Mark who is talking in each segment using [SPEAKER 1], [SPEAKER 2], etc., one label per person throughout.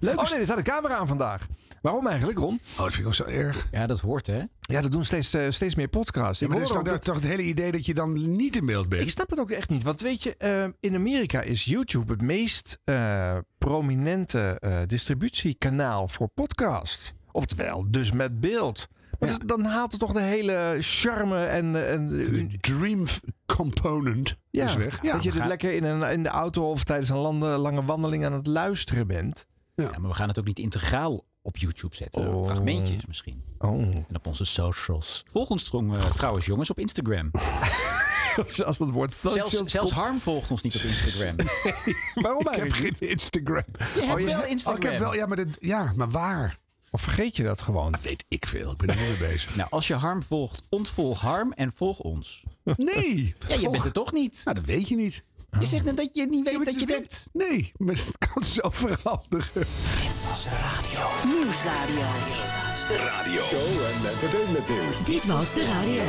[SPEAKER 1] Leuk. Oh nee, er staat een camera aan vandaag. Waarom eigenlijk, Ron?
[SPEAKER 2] Oh, dat vind ik ook zo erg.
[SPEAKER 3] Ja, dat hoort hè.
[SPEAKER 1] Ja, dat doen steeds, eh, steeds meer podcasts.
[SPEAKER 2] Ja,
[SPEAKER 1] Ik
[SPEAKER 2] maar dat is
[SPEAKER 1] hoor
[SPEAKER 2] toch,
[SPEAKER 1] ook dat-
[SPEAKER 2] dat- toch het hele idee dat je dan niet in beeld
[SPEAKER 1] Ik
[SPEAKER 2] bent?
[SPEAKER 1] snap het ook echt niet. Want weet je, eh, in Amerika is YouTube het meest eh, prominente eh, distributiekanaal voor podcasts. Oftewel, dus met beeld. Maar
[SPEAKER 2] Ja.
[SPEAKER 1] dus dan haalt het toch de hele charme en... eh, en
[SPEAKER 2] De dream f- component
[SPEAKER 1] ja,
[SPEAKER 2] is weg. Ja,
[SPEAKER 1] dat je
[SPEAKER 2] we
[SPEAKER 1] dit
[SPEAKER 2] gaan-
[SPEAKER 1] lekker in, een, in de auto of tijdens een landen- lange wandeling aan het luisteren bent.
[SPEAKER 3] Ja, maar we gaan het ook niet integraal op YouTube zetten.
[SPEAKER 1] Oh.
[SPEAKER 3] Fragmentjes misschien.
[SPEAKER 1] Oh,
[SPEAKER 3] En op onze socials. Volg ons trom- eh, trouwens jongens op Instagram.
[SPEAKER 1] als dat woord socials
[SPEAKER 3] Zelfs, zelfs
[SPEAKER 1] komt-
[SPEAKER 3] Harm volgt ons niet op Instagram.
[SPEAKER 1] Waarom
[SPEAKER 2] Ik heb
[SPEAKER 1] eigenlijk?
[SPEAKER 2] geen Instagram.
[SPEAKER 3] Je hebt wel
[SPEAKER 2] Oh, ik
[SPEAKER 3] Instagram.
[SPEAKER 2] heb wel, ja, maar, dit- ja, maar waar?
[SPEAKER 1] Of vergeet je dat gewoon?
[SPEAKER 2] Weet ik veel. Ik ben er niet mee bezig.
[SPEAKER 3] Nou, als je Harm volgt, ontvolg Harm en volg ons.
[SPEAKER 2] Nee.
[SPEAKER 3] Ja, je
[SPEAKER 2] Volg-
[SPEAKER 3] bent het toch niet?
[SPEAKER 2] Nou, dat weet je niet.
[SPEAKER 3] Je zegt net dat je niet weet dat je het
[SPEAKER 2] weet-
[SPEAKER 3] hebt.
[SPEAKER 2] Nee, maar dat kan zo veranderen.
[SPEAKER 4] Nieuwsradio.
[SPEAKER 5] Radio. Show en entertainment nieuws.
[SPEAKER 4] Dit was de radio.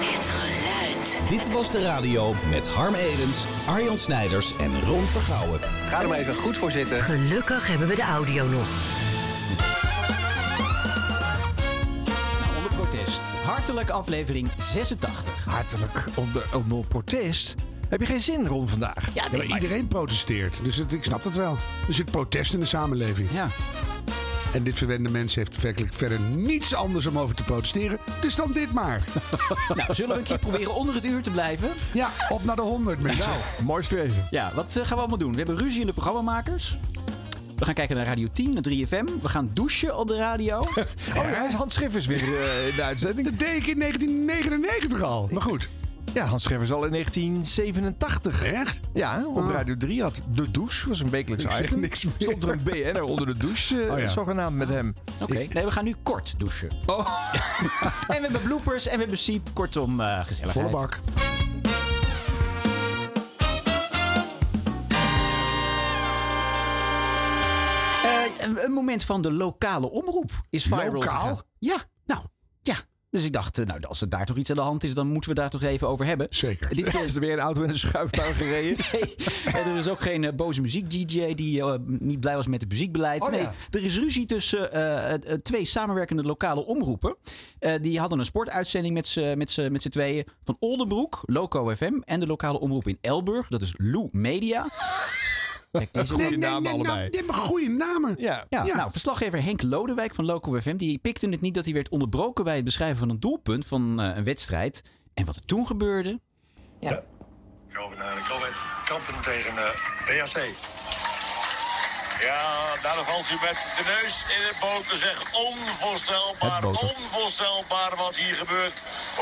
[SPEAKER 6] Het geluid.
[SPEAKER 7] Dit was de radio met Harm Edens, Arjan Snijders en Ron Vergouwen.
[SPEAKER 8] Ga er maar even goed voor zitten.
[SPEAKER 4] Gelukkig hebben we de audio nog.
[SPEAKER 3] Nou, onder protest. Hartelijk aflevering 86.
[SPEAKER 1] Hartelijk onder, onder protest. Heb je geen zin, Ron, vandaag?
[SPEAKER 3] Ja,
[SPEAKER 2] Ja, maar iedereen protesteert, dus het- ik snap dat wel. Er zit protest in de samenleving.
[SPEAKER 3] Ja,
[SPEAKER 2] En dit verwende mens heeft werkelijk verder niets anders om over te protesteren. Dus dan dit maar.
[SPEAKER 3] nou, zullen we een keer proberen onder het uur te blijven?
[SPEAKER 2] Ja, op naar de 100 mensen.
[SPEAKER 1] Nou, Mooi streven.
[SPEAKER 3] Ja, wat eh, gaan we allemaal doen? We hebben ruzie in de programmamakers. We gaan kijken naar Radio 10, naar 3FM. We gaan douchen op de radio.
[SPEAKER 1] Oh, ja, hij is Hans Schiffers weer eh, in de uitzending.
[SPEAKER 2] Dat deed ik in 1999 al. Maar goed.
[SPEAKER 1] Ja, Hans Schiffers al in 1987.
[SPEAKER 2] Echt?
[SPEAKER 1] Ja, op
[SPEAKER 2] Ah.
[SPEAKER 1] Radio 3 had De Douche, was een wekelijks
[SPEAKER 2] Ik zeg
[SPEAKER 1] item.
[SPEAKER 2] niks meer.
[SPEAKER 1] Stond er een BN'er onder de douche, eh,
[SPEAKER 2] Oh ja.
[SPEAKER 1] zogenaamd met hem.
[SPEAKER 3] Ah, Oké, nee, we gaan nu kort douchen.
[SPEAKER 1] Oh.
[SPEAKER 3] En we hebben bloopers en we hebben siep. Kortom, eh gezelligheid.
[SPEAKER 2] Volle bak.
[SPEAKER 3] Eh, een, een moment van de lokale omroep is viral
[SPEAKER 2] Lokaal?
[SPEAKER 3] gegaan. Ja, nou, ja. Dus ik dacht, eh, nou, als er daar toch iets aan de hand is, dan moeten we daar toch even over hebben.
[SPEAKER 2] Zeker.
[SPEAKER 3] Dit keer
[SPEAKER 1] Is er weer een auto in een schuiftuin gereden?
[SPEAKER 3] Nee, en er is ook geen eh, boze muziek-DJ die eh, niet blij was met het muziekbeleid.
[SPEAKER 1] Oh,
[SPEAKER 3] nee,
[SPEAKER 1] ja.
[SPEAKER 3] er is ruzie tussen eh, eh, twee samenwerkende lokale omroepen. Eh, die hadden een sportuitzending met z'n- met z'n met z'n tweeën van Oldenbroek, Loco FM en de lokale omroep in Elburg. Dat is Lou Media. Kijk, die zit-
[SPEAKER 1] Goede namen allebei.
[SPEAKER 2] Nou, die hebben goede namen.
[SPEAKER 1] Ja.
[SPEAKER 3] ja, Nou, verslaggever Henk Lodewijk van Loco FM die pikte het niet dat hij werd onderbroken bij het beschrijven van een doelpunt van eh, een wedstrijd. En wat er toen gebeurde.
[SPEAKER 9] Ja. eh,
[SPEAKER 10] Jovenaar en Covet kampen tegen DHC. Ja, daar valt hij met de neus in het boter. Zeg,
[SPEAKER 1] Het
[SPEAKER 10] onvoorstelbaar,
[SPEAKER 1] boter.
[SPEAKER 10] onvoorstelbaar wat hier gebeurt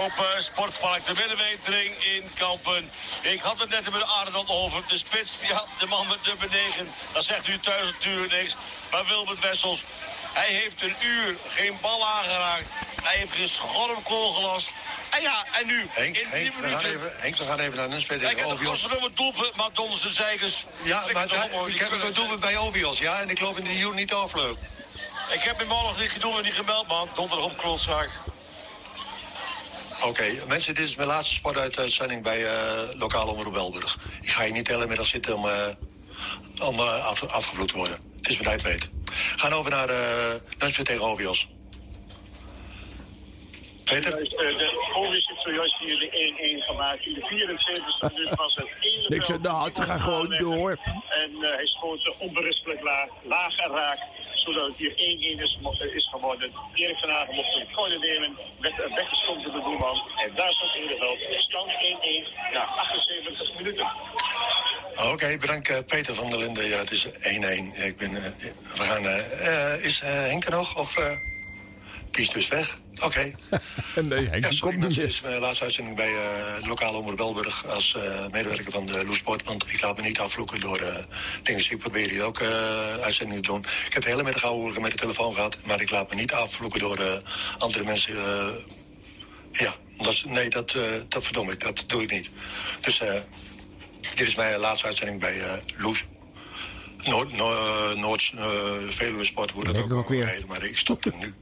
[SPEAKER 10] op eh, Sportpark de Binnenwetering in Kampen. Ik had het net met Arnold over, de spits, ja, de man met nummer 9. Dat zegt u thuis natuurlijk niks. Maar Wilbert Wessels, hij heeft een uur geen bal aangeraakt. Hij heeft geen schormkool gelast. En ja, en nu,
[SPEAKER 9] Henk,
[SPEAKER 10] in
[SPEAKER 9] Henk,
[SPEAKER 10] 10
[SPEAKER 9] we gaan
[SPEAKER 10] minuten...
[SPEAKER 9] even, Henk, we gaan even naar Nunspeed
[SPEAKER 10] Hij
[SPEAKER 9] tegen
[SPEAKER 10] kent het
[SPEAKER 9] Ovios.
[SPEAKER 10] godverdomme doelpunt, maar donderse zeikers.
[SPEAKER 9] Ja,
[SPEAKER 10] Flikker
[SPEAKER 9] maar
[SPEAKER 10] toch
[SPEAKER 9] daar-
[SPEAKER 10] op, hoor.
[SPEAKER 9] ik
[SPEAKER 10] Die
[SPEAKER 9] heb het
[SPEAKER 10] kunnen-
[SPEAKER 9] ook doelpunt bij Ovios, ja. En ik geloof in de Jury niet afleuk.
[SPEAKER 10] Ik heb hem al nog niet gedoe en niet gemeld, man. Donderdag op klotzak.
[SPEAKER 9] Oké, mensen, dit is mijn laatste sportuitzending bij eh Lokale Omroep Belburg. Ik ga hier niet de hele middag zitten om, eh om eh, af, afgevloed te worden. Het is mijn tijd weet. Gaan over naar eh Nunspeed tegen Ovios. Peter?
[SPEAKER 10] eh, de Ovis heeft zojuist hier 1-1 gemaakt. In de 74 minuut was het ene
[SPEAKER 1] Niks aan de hand, nou, ga gewoon door.
[SPEAKER 10] En eh, hij schoot onberispelijk laag, laag en raak. Zodat het hier 1-1 is, eh, is geworden. Erik van Hagen mocht een corner nemen. Werd weggestompt door de doelman. En daar stond in de veld. Stand 1-1 na 78 minuten.
[SPEAKER 9] Oké, bedankt eh, Peter van der Linden. Ja, het is 1-1. Ik ben, eh, we gaan, eh, eh, is eh, Henk er nog? Of eh kies dus weg? Oké.
[SPEAKER 1] En nee, Henk,
[SPEAKER 9] Ja,
[SPEAKER 1] die
[SPEAKER 9] sorry,
[SPEAKER 1] komt niet
[SPEAKER 9] mensen, dit
[SPEAKER 1] meer.
[SPEAKER 9] is mijn laatste uitzending bij eh, de lokale omroep Belburg als eh, medewerker van de Loesport. Want ik laat me niet afvloeken door eh dingen. Dus ik probeer hier ook eh, uitzendingen te doen. Ik heb de hele middag ouwe met de telefoon gehad, maar ik laat me niet afvloeken door eh, andere mensen. eh, ja, dat is- nee, dat, eh, dat verdom ik, dat doe ik niet. Dus eh, dit is mijn laatste uitzending bij eh Loes. Noord, Noord, Noord eh, Veluwe Sport, hoe dat
[SPEAKER 3] Lekker ook weer.
[SPEAKER 9] heet, Maar ik stop er nu.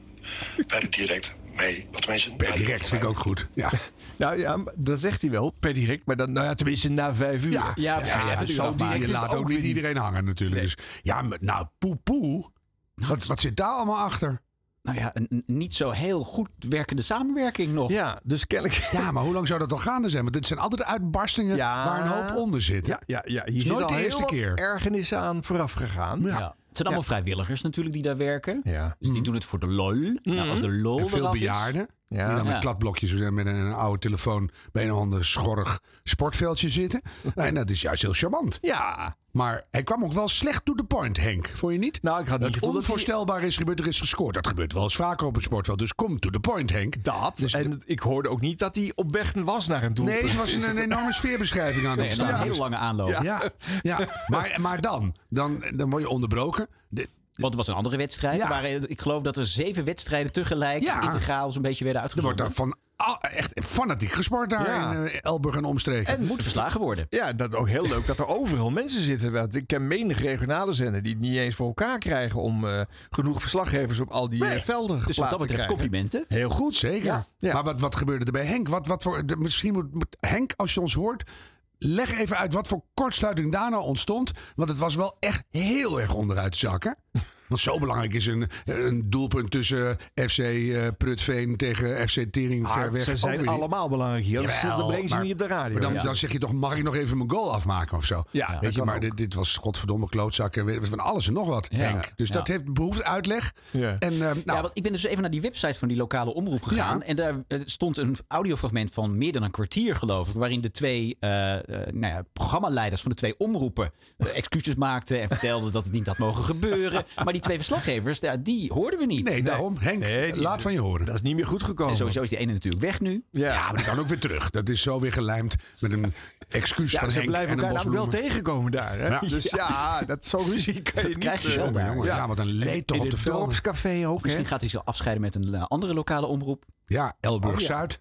[SPEAKER 9] Werk direct. mee. Of tenminste,
[SPEAKER 2] Per direct vind ik ook goed. Ja.
[SPEAKER 1] Nou ja, maar dat zegt hij wel, per direct. Maar dan, nou ja, tenminste na vijf uur.
[SPEAKER 2] Ja,
[SPEAKER 3] Ja, precies. Even de uur
[SPEAKER 2] zo
[SPEAKER 3] afmaken.
[SPEAKER 2] direct
[SPEAKER 1] Je
[SPEAKER 2] is het
[SPEAKER 1] laat
[SPEAKER 2] ook
[SPEAKER 1] ook
[SPEAKER 2] niet
[SPEAKER 1] weer niet.
[SPEAKER 2] iedereen hangen natuurlijk. Dus, ja, maar nou, poepoe. Wat, wat zit daar allemaal achter?
[SPEAKER 3] Nou ja, een, een niet zo heel goed werkende samenwerking nog.
[SPEAKER 1] Ja, dus kennelijk...
[SPEAKER 2] Ja, maar hoe lang zou dat al gaande zijn? Want dit zijn altijd de uitbarstingen
[SPEAKER 1] Ja.
[SPEAKER 2] waar een hoop onder zit.
[SPEAKER 1] Ja, ja, ja. hier is
[SPEAKER 2] nooit
[SPEAKER 1] al
[SPEAKER 2] de
[SPEAKER 1] heel
[SPEAKER 2] eerste
[SPEAKER 1] wat
[SPEAKER 2] keer.
[SPEAKER 1] ergernissen aan vooraf gegaan.
[SPEAKER 3] Ja. Het zijn allemaal vrijwilligers natuurlijk die daar werken.
[SPEAKER 1] Ja.
[SPEAKER 3] Dus die doen het voor de lol. Nou, als de lol
[SPEAKER 2] Mhm. En veel
[SPEAKER 3] eraf is-
[SPEAKER 2] bejaarden.
[SPEAKER 1] Ja.
[SPEAKER 2] Die dan met
[SPEAKER 3] Ja.
[SPEAKER 2] kladblokjes en met een oude telefoon bij een of ander schorrig sportveldje zitten. en dat is juist heel charmant.
[SPEAKER 1] Ja.
[SPEAKER 2] Maar hij kwam ook wel slecht to the point, Henk. Vond je niet?
[SPEAKER 1] Nou, ik had niet
[SPEAKER 2] het
[SPEAKER 1] het gevoel dat hij-
[SPEAKER 2] onvoorstelbaar is gebeurd, er is gescoord. Dat gebeurt wel eens vaker op een sportveld. Dus kom to the point, Henk.
[SPEAKER 1] Dat.
[SPEAKER 2] Dus-
[SPEAKER 1] en ik hoorde ook niet dat hij op weg was naar een doelpunt.
[SPEAKER 2] Nee, het was een, een enorme sfeerbeschrijving aan
[SPEAKER 3] Nee, en
[SPEAKER 2] het
[SPEAKER 3] dan een
[SPEAKER 2] staan.
[SPEAKER 3] hele lange aanloop.
[SPEAKER 2] Ja, ja, Maar, maar dan, dan, dan word je onderbroken. De-
[SPEAKER 3] Want het was een andere wedstrijd.
[SPEAKER 2] Ja.
[SPEAKER 3] Er waren, eh, ik geloof dat er zeven wedstrijden tegelijk
[SPEAKER 2] Ja.
[SPEAKER 3] integraal zo'n beetje werden
[SPEAKER 2] Er wordt
[SPEAKER 3] uitgezonden.
[SPEAKER 2] daar van, al- echt fanatiek gesport daar
[SPEAKER 1] Ja.
[SPEAKER 2] in eh, Elburg en omstreken.
[SPEAKER 3] En moet verslagen worden.
[SPEAKER 1] Ja, dat ook heel leuk dat er overal mensen zitten. Want ik ken menig regionale zender die het niet eens voor elkaar krijgen om eh, genoeg verslaggevers op al die eh, velden
[SPEAKER 3] Dus wat
[SPEAKER 1] geplaatst
[SPEAKER 3] dat
[SPEAKER 1] te
[SPEAKER 3] betreft
[SPEAKER 1] krijgen.
[SPEAKER 3] complimenten.
[SPEAKER 2] Heel goed, zeker.
[SPEAKER 1] Ja, ja.
[SPEAKER 2] Maar wat, wat gebeurde er bij Henk? Wat, wat voor, de- misschien moet, moet- Henk, als je ons hoort, leg even uit wat voor kortsluiting daarna ontstond. Want het was wel echt heel erg onderuit zakken. Want zo belangrijk is een, een doelpunt tussen FC eh, Prutveen tegen FC Tering
[SPEAKER 1] Maar
[SPEAKER 2] ver weg.
[SPEAKER 1] Ah, Ze
[SPEAKER 2] ook weer
[SPEAKER 1] zijn
[SPEAKER 2] niet.
[SPEAKER 1] allemaal belangrijk hier. anders
[SPEAKER 2] Jawel,
[SPEAKER 1] dan brengen ze
[SPEAKER 2] maar-
[SPEAKER 1] niet op de radio.
[SPEAKER 2] Maar dan,
[SPEAKER 1] Ja.
[SPEAKER 2] dan zeg je toch, mag ik nog even mijn goal afmaken of zo?
[SPEAKER 1] Ja, dat
[SPEAKER 2] Weet je,
[SPEAKER 1] kan
[SPEAKER 2] maar
[SPEAKER 1] ook.
[SPEAKER 2] dit, dit was godverdomme klootzakken. weet- Van alles en nog wat,
[SPEAKER 3] Ja.
[SPEAKER 2] Henk. Dus
[SPEAKER 3] Ja.
[SPEAKER 2] dat heeft behoefte uitleg.
[SPEAKER 1] Ja.
[SPEAKER 2] En, eh, nou,
[SPEAKER 3] ja, want ik ben dus even naar die website van die lokale omroep gegaan.
[SPEAKER 2] Ja.
[SPEAKER 3] En daar eh, stond een audiofragment van meer dan een kwartier, geloof ik. Waarin de twee eh, eh, nou ja, programmaleiders van de twee omroepen eh, excuses maakten. En vertelden dat het niet had mogen gebeuren. Maar die twee verslaggevers, ja, die hoorden we niet.
[SPEAKER 2] nee, daarom. Henk,
[SPEAKER 1] Nee, die-
[SPEAKER 2] laat van je horen.
[SPEAKER 1] Dat is niet meer goed gekomen.
[SPEAKER 3] En sowieso is die ene natuurlijk weg nu.
[SPEAKER 1] Ja,
[SPEAKER 2] Ja, maar die kan ook weer terug. Dat is zo weer gelijmd met een excuus
[SPEAKER 1] Ja,
[SPEAKER 2] van
[SPEAKER 1] ze
[SPEAKER 2] Henk
[SPEAKER 1] blijven
[SPEAKER 2] en een
[SPEAKER 1] elkaar namelijk wel
[SPEAKER 2] bosbloemen.
[SPEAKER 1] tegenkomen daar. Hè?
[SPEAKER 2] Ja.
[SPEAKER 1] Dus ja, dat, zo'n ruzie kan je niet...
[SPEAKER 3] krijg je
[SPEAKER 1] eh,
[SPEAKER 3] zo,
[SPEAKER 2] Jongen, jongen, ja.
[SPEAKER 1] Ja.
[SPEAKER 2] wat een leed toch
[SPEAKER 1] in
[SPEAKER 2] op de
[SPEAKER 1] het
[SPEAKER 2] velden.
[SPEAKER 1] dorpscafé ook, hè?
[SPEAKER 3] Misschien gaat hij zich afscheiden met een eh, andere lokale omroep.
[SPEAKER 2] Ja,
[SPEAKER 3] oh
[SPEAKER 2] Elburg-Zuid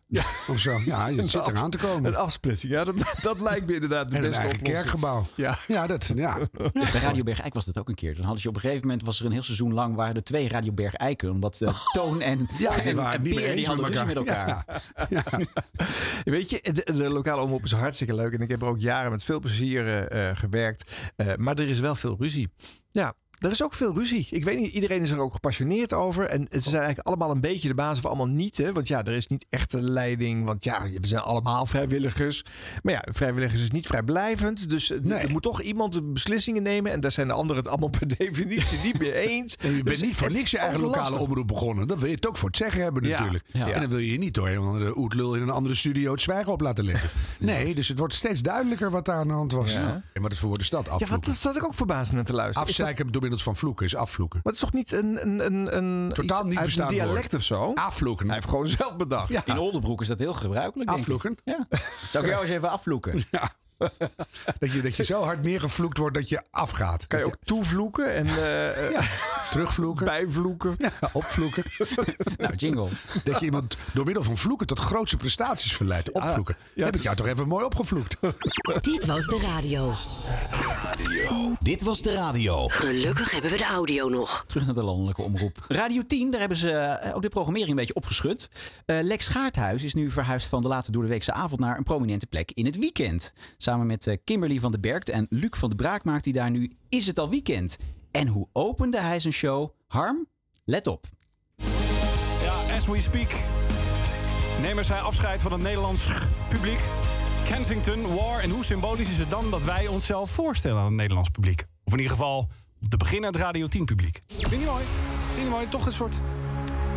[SPEAKER 2] of zo. Ja, je zit eraan te komen.
[SPEAKER 1] Een afsplitsing. Ja, dat, dat lijkt me inderdaad de
[SPEAKER 2] En een
[SPEAKER 1] beste
[SPEAKER 2] eigen
[SPEAKER 1] oplossing.
[SPEAKER 2] kerkgebouw.
[SPEAKER 1] Ja.
[SPEAKER 2] Ja, dat, ja.
[SPEAKER 3] Bij Radio Berg Eik was dat ook een keer. Dan hadden je op een gegeven moment was er een heel seizoen lang waren er twee Radio Berg Eiken. Omdat eh, Toon en,
[SPEAKER 2] Oh. ja die
[SPEAKER 3] en, en
[SPEAKER 2] waren het niet meer
[SPEAKER 3] Peer die
[SPEAKER 2] eens
[SPEAKER 3] hadden
[SPEAKER 1] dus
[SPEAKER 3] ruzie met elkaar.
[SPEAKER 2] Ja, ja.
[SPEAKER 1] Weet je, de, de lokale omroep is hartstikke leuk. En ik heb er ook jaren met veel plezier eh, eh, gewerkt. Eh, maar er is wel veel ruzie. Ja, er is ook veel ruzie. Ik weet niet, iedereen is er ook gepassioneerd over. En ze zijn eigenlijk allemaal een beetje de baas of allemaal niet. Hè? Want ja, er is niet echt een leiding. Want ja, we zijn allemaal vrijwilligers. Maar ja, vrijwilligers is niet vrijblijvend. Dus eh,
[SPEAKER 2] Nee.
[SPEAKER 1] er moet toch iemand de beslissingen nemen. En daar zijn de anderen het allemaal per definitie niet mee eens.
[SPEAKER 2] En je bent
[SPEAKER 1] Dus
[SPEAKER 2] niet voor
[SPEAKER 1] het
[SPEAKER 2] niks je
[SPEAKER 1] is
[SPEAKER 2] eigen
[SPEAKER 1] ook
[SPEAKER 2] lokale
[SPEAKER 1] lastig.
[SPEAKER 2] omroep begonnen. Dan wil je het ook voor het zeggen hebben
[SPEAKER 1] Ja.
[SPEAKER 2] natuurlijk.
[SPEAKER 1] Ja.
[SPEAKER 2] En dan wil je niet door een of andere oetlul in een andere studio het zwijgen op laten liggen. Nee, dus het wordt steeds duidelijker wat daar aan de hand was. En wat het voor de stad
[SPEAKER 1] Ja, wat,
[SPEAKER 2] afvloeken.
[SPEAKER 1] dat zat ik ook verbaasd naar te luisteren. Is dat-
[SPEAKER 2] Afzeiken door middels van vloeken is afvloeken.
[SPEAKER 1] Maar het is toch niet een, een, een, een
[SPEAKER 2] Totaal
[SPEAKER 1] iets
[SPEAKER 2] niet
[SPEAKER 1] uit een
[SPEAKER 2] bestaand woord.
[SPEAKER 1] dialect of zo?
[SPEAKER 2] Afvloeken.
[SPEAKER 1] Hij heeft gewoon zelf bedacht.
[SPEAKER 2] Ja.
[SPEAKER 3] In Oldenbroek is dat heel gebruikelijk. denk ik.
[SPEAKER 2] Afvloeken.
[SPEAKER 3] Ja. Zou ik jou eens even afvloeken?
[SPEAKER 2] Dat je, dat je zo hard neergevloekt wordt dat je afgaat.
[SPEAKER 1] Kan je ook toevloeken en eh, eh,
[SPEAKER 2] terugvloeken,
[SPEAKER 1] bijvloeken?
[SPEAKER 2] Ja, opvloeken.
[SPEAKER 3] Nou, jingle.
[SPEAKER 2] dat je iemand door middel van vloeken tot grootste prestaties verleidt. Opvloeken.
[SPEAKER 1] ja.
[SPEAKER 2] Heb ik jou toch even mooi opgevloekt?
[SPEAKER 4] Dit was de radio.
[SPEAKER 7] Dit was de radio.
[SPEAKER 4] Gelukkig hebben we de audio nog.
[SPEAKER 3] Terug naar de landelijke omroep. Radio 10, daar hebben ze eh, ook de programmering een beetje opgeschud. Eh, Lex Gaarthuis is nu verhuisd van de late door de weekse avond naar een prominente plek in het weekend. Samen met eh, Kimberly van den Bergt en Luc van de Braak maakt hij daar nu Is het al weekend? En hoe opende hij zijn show? Harm, let op.
[SPEAKER 8] Ja, as we speak nemen zij afscheid van het Nederlands publiek. Kensington, War. En hoe symbolisch is het dan dat wij onszelf voorstellen aan het Nederlands publiek? Of in ieder geval te beginnen het Radio 10 publiek. Vind je niet mooi? Vind je niet mooi? Toch een soort...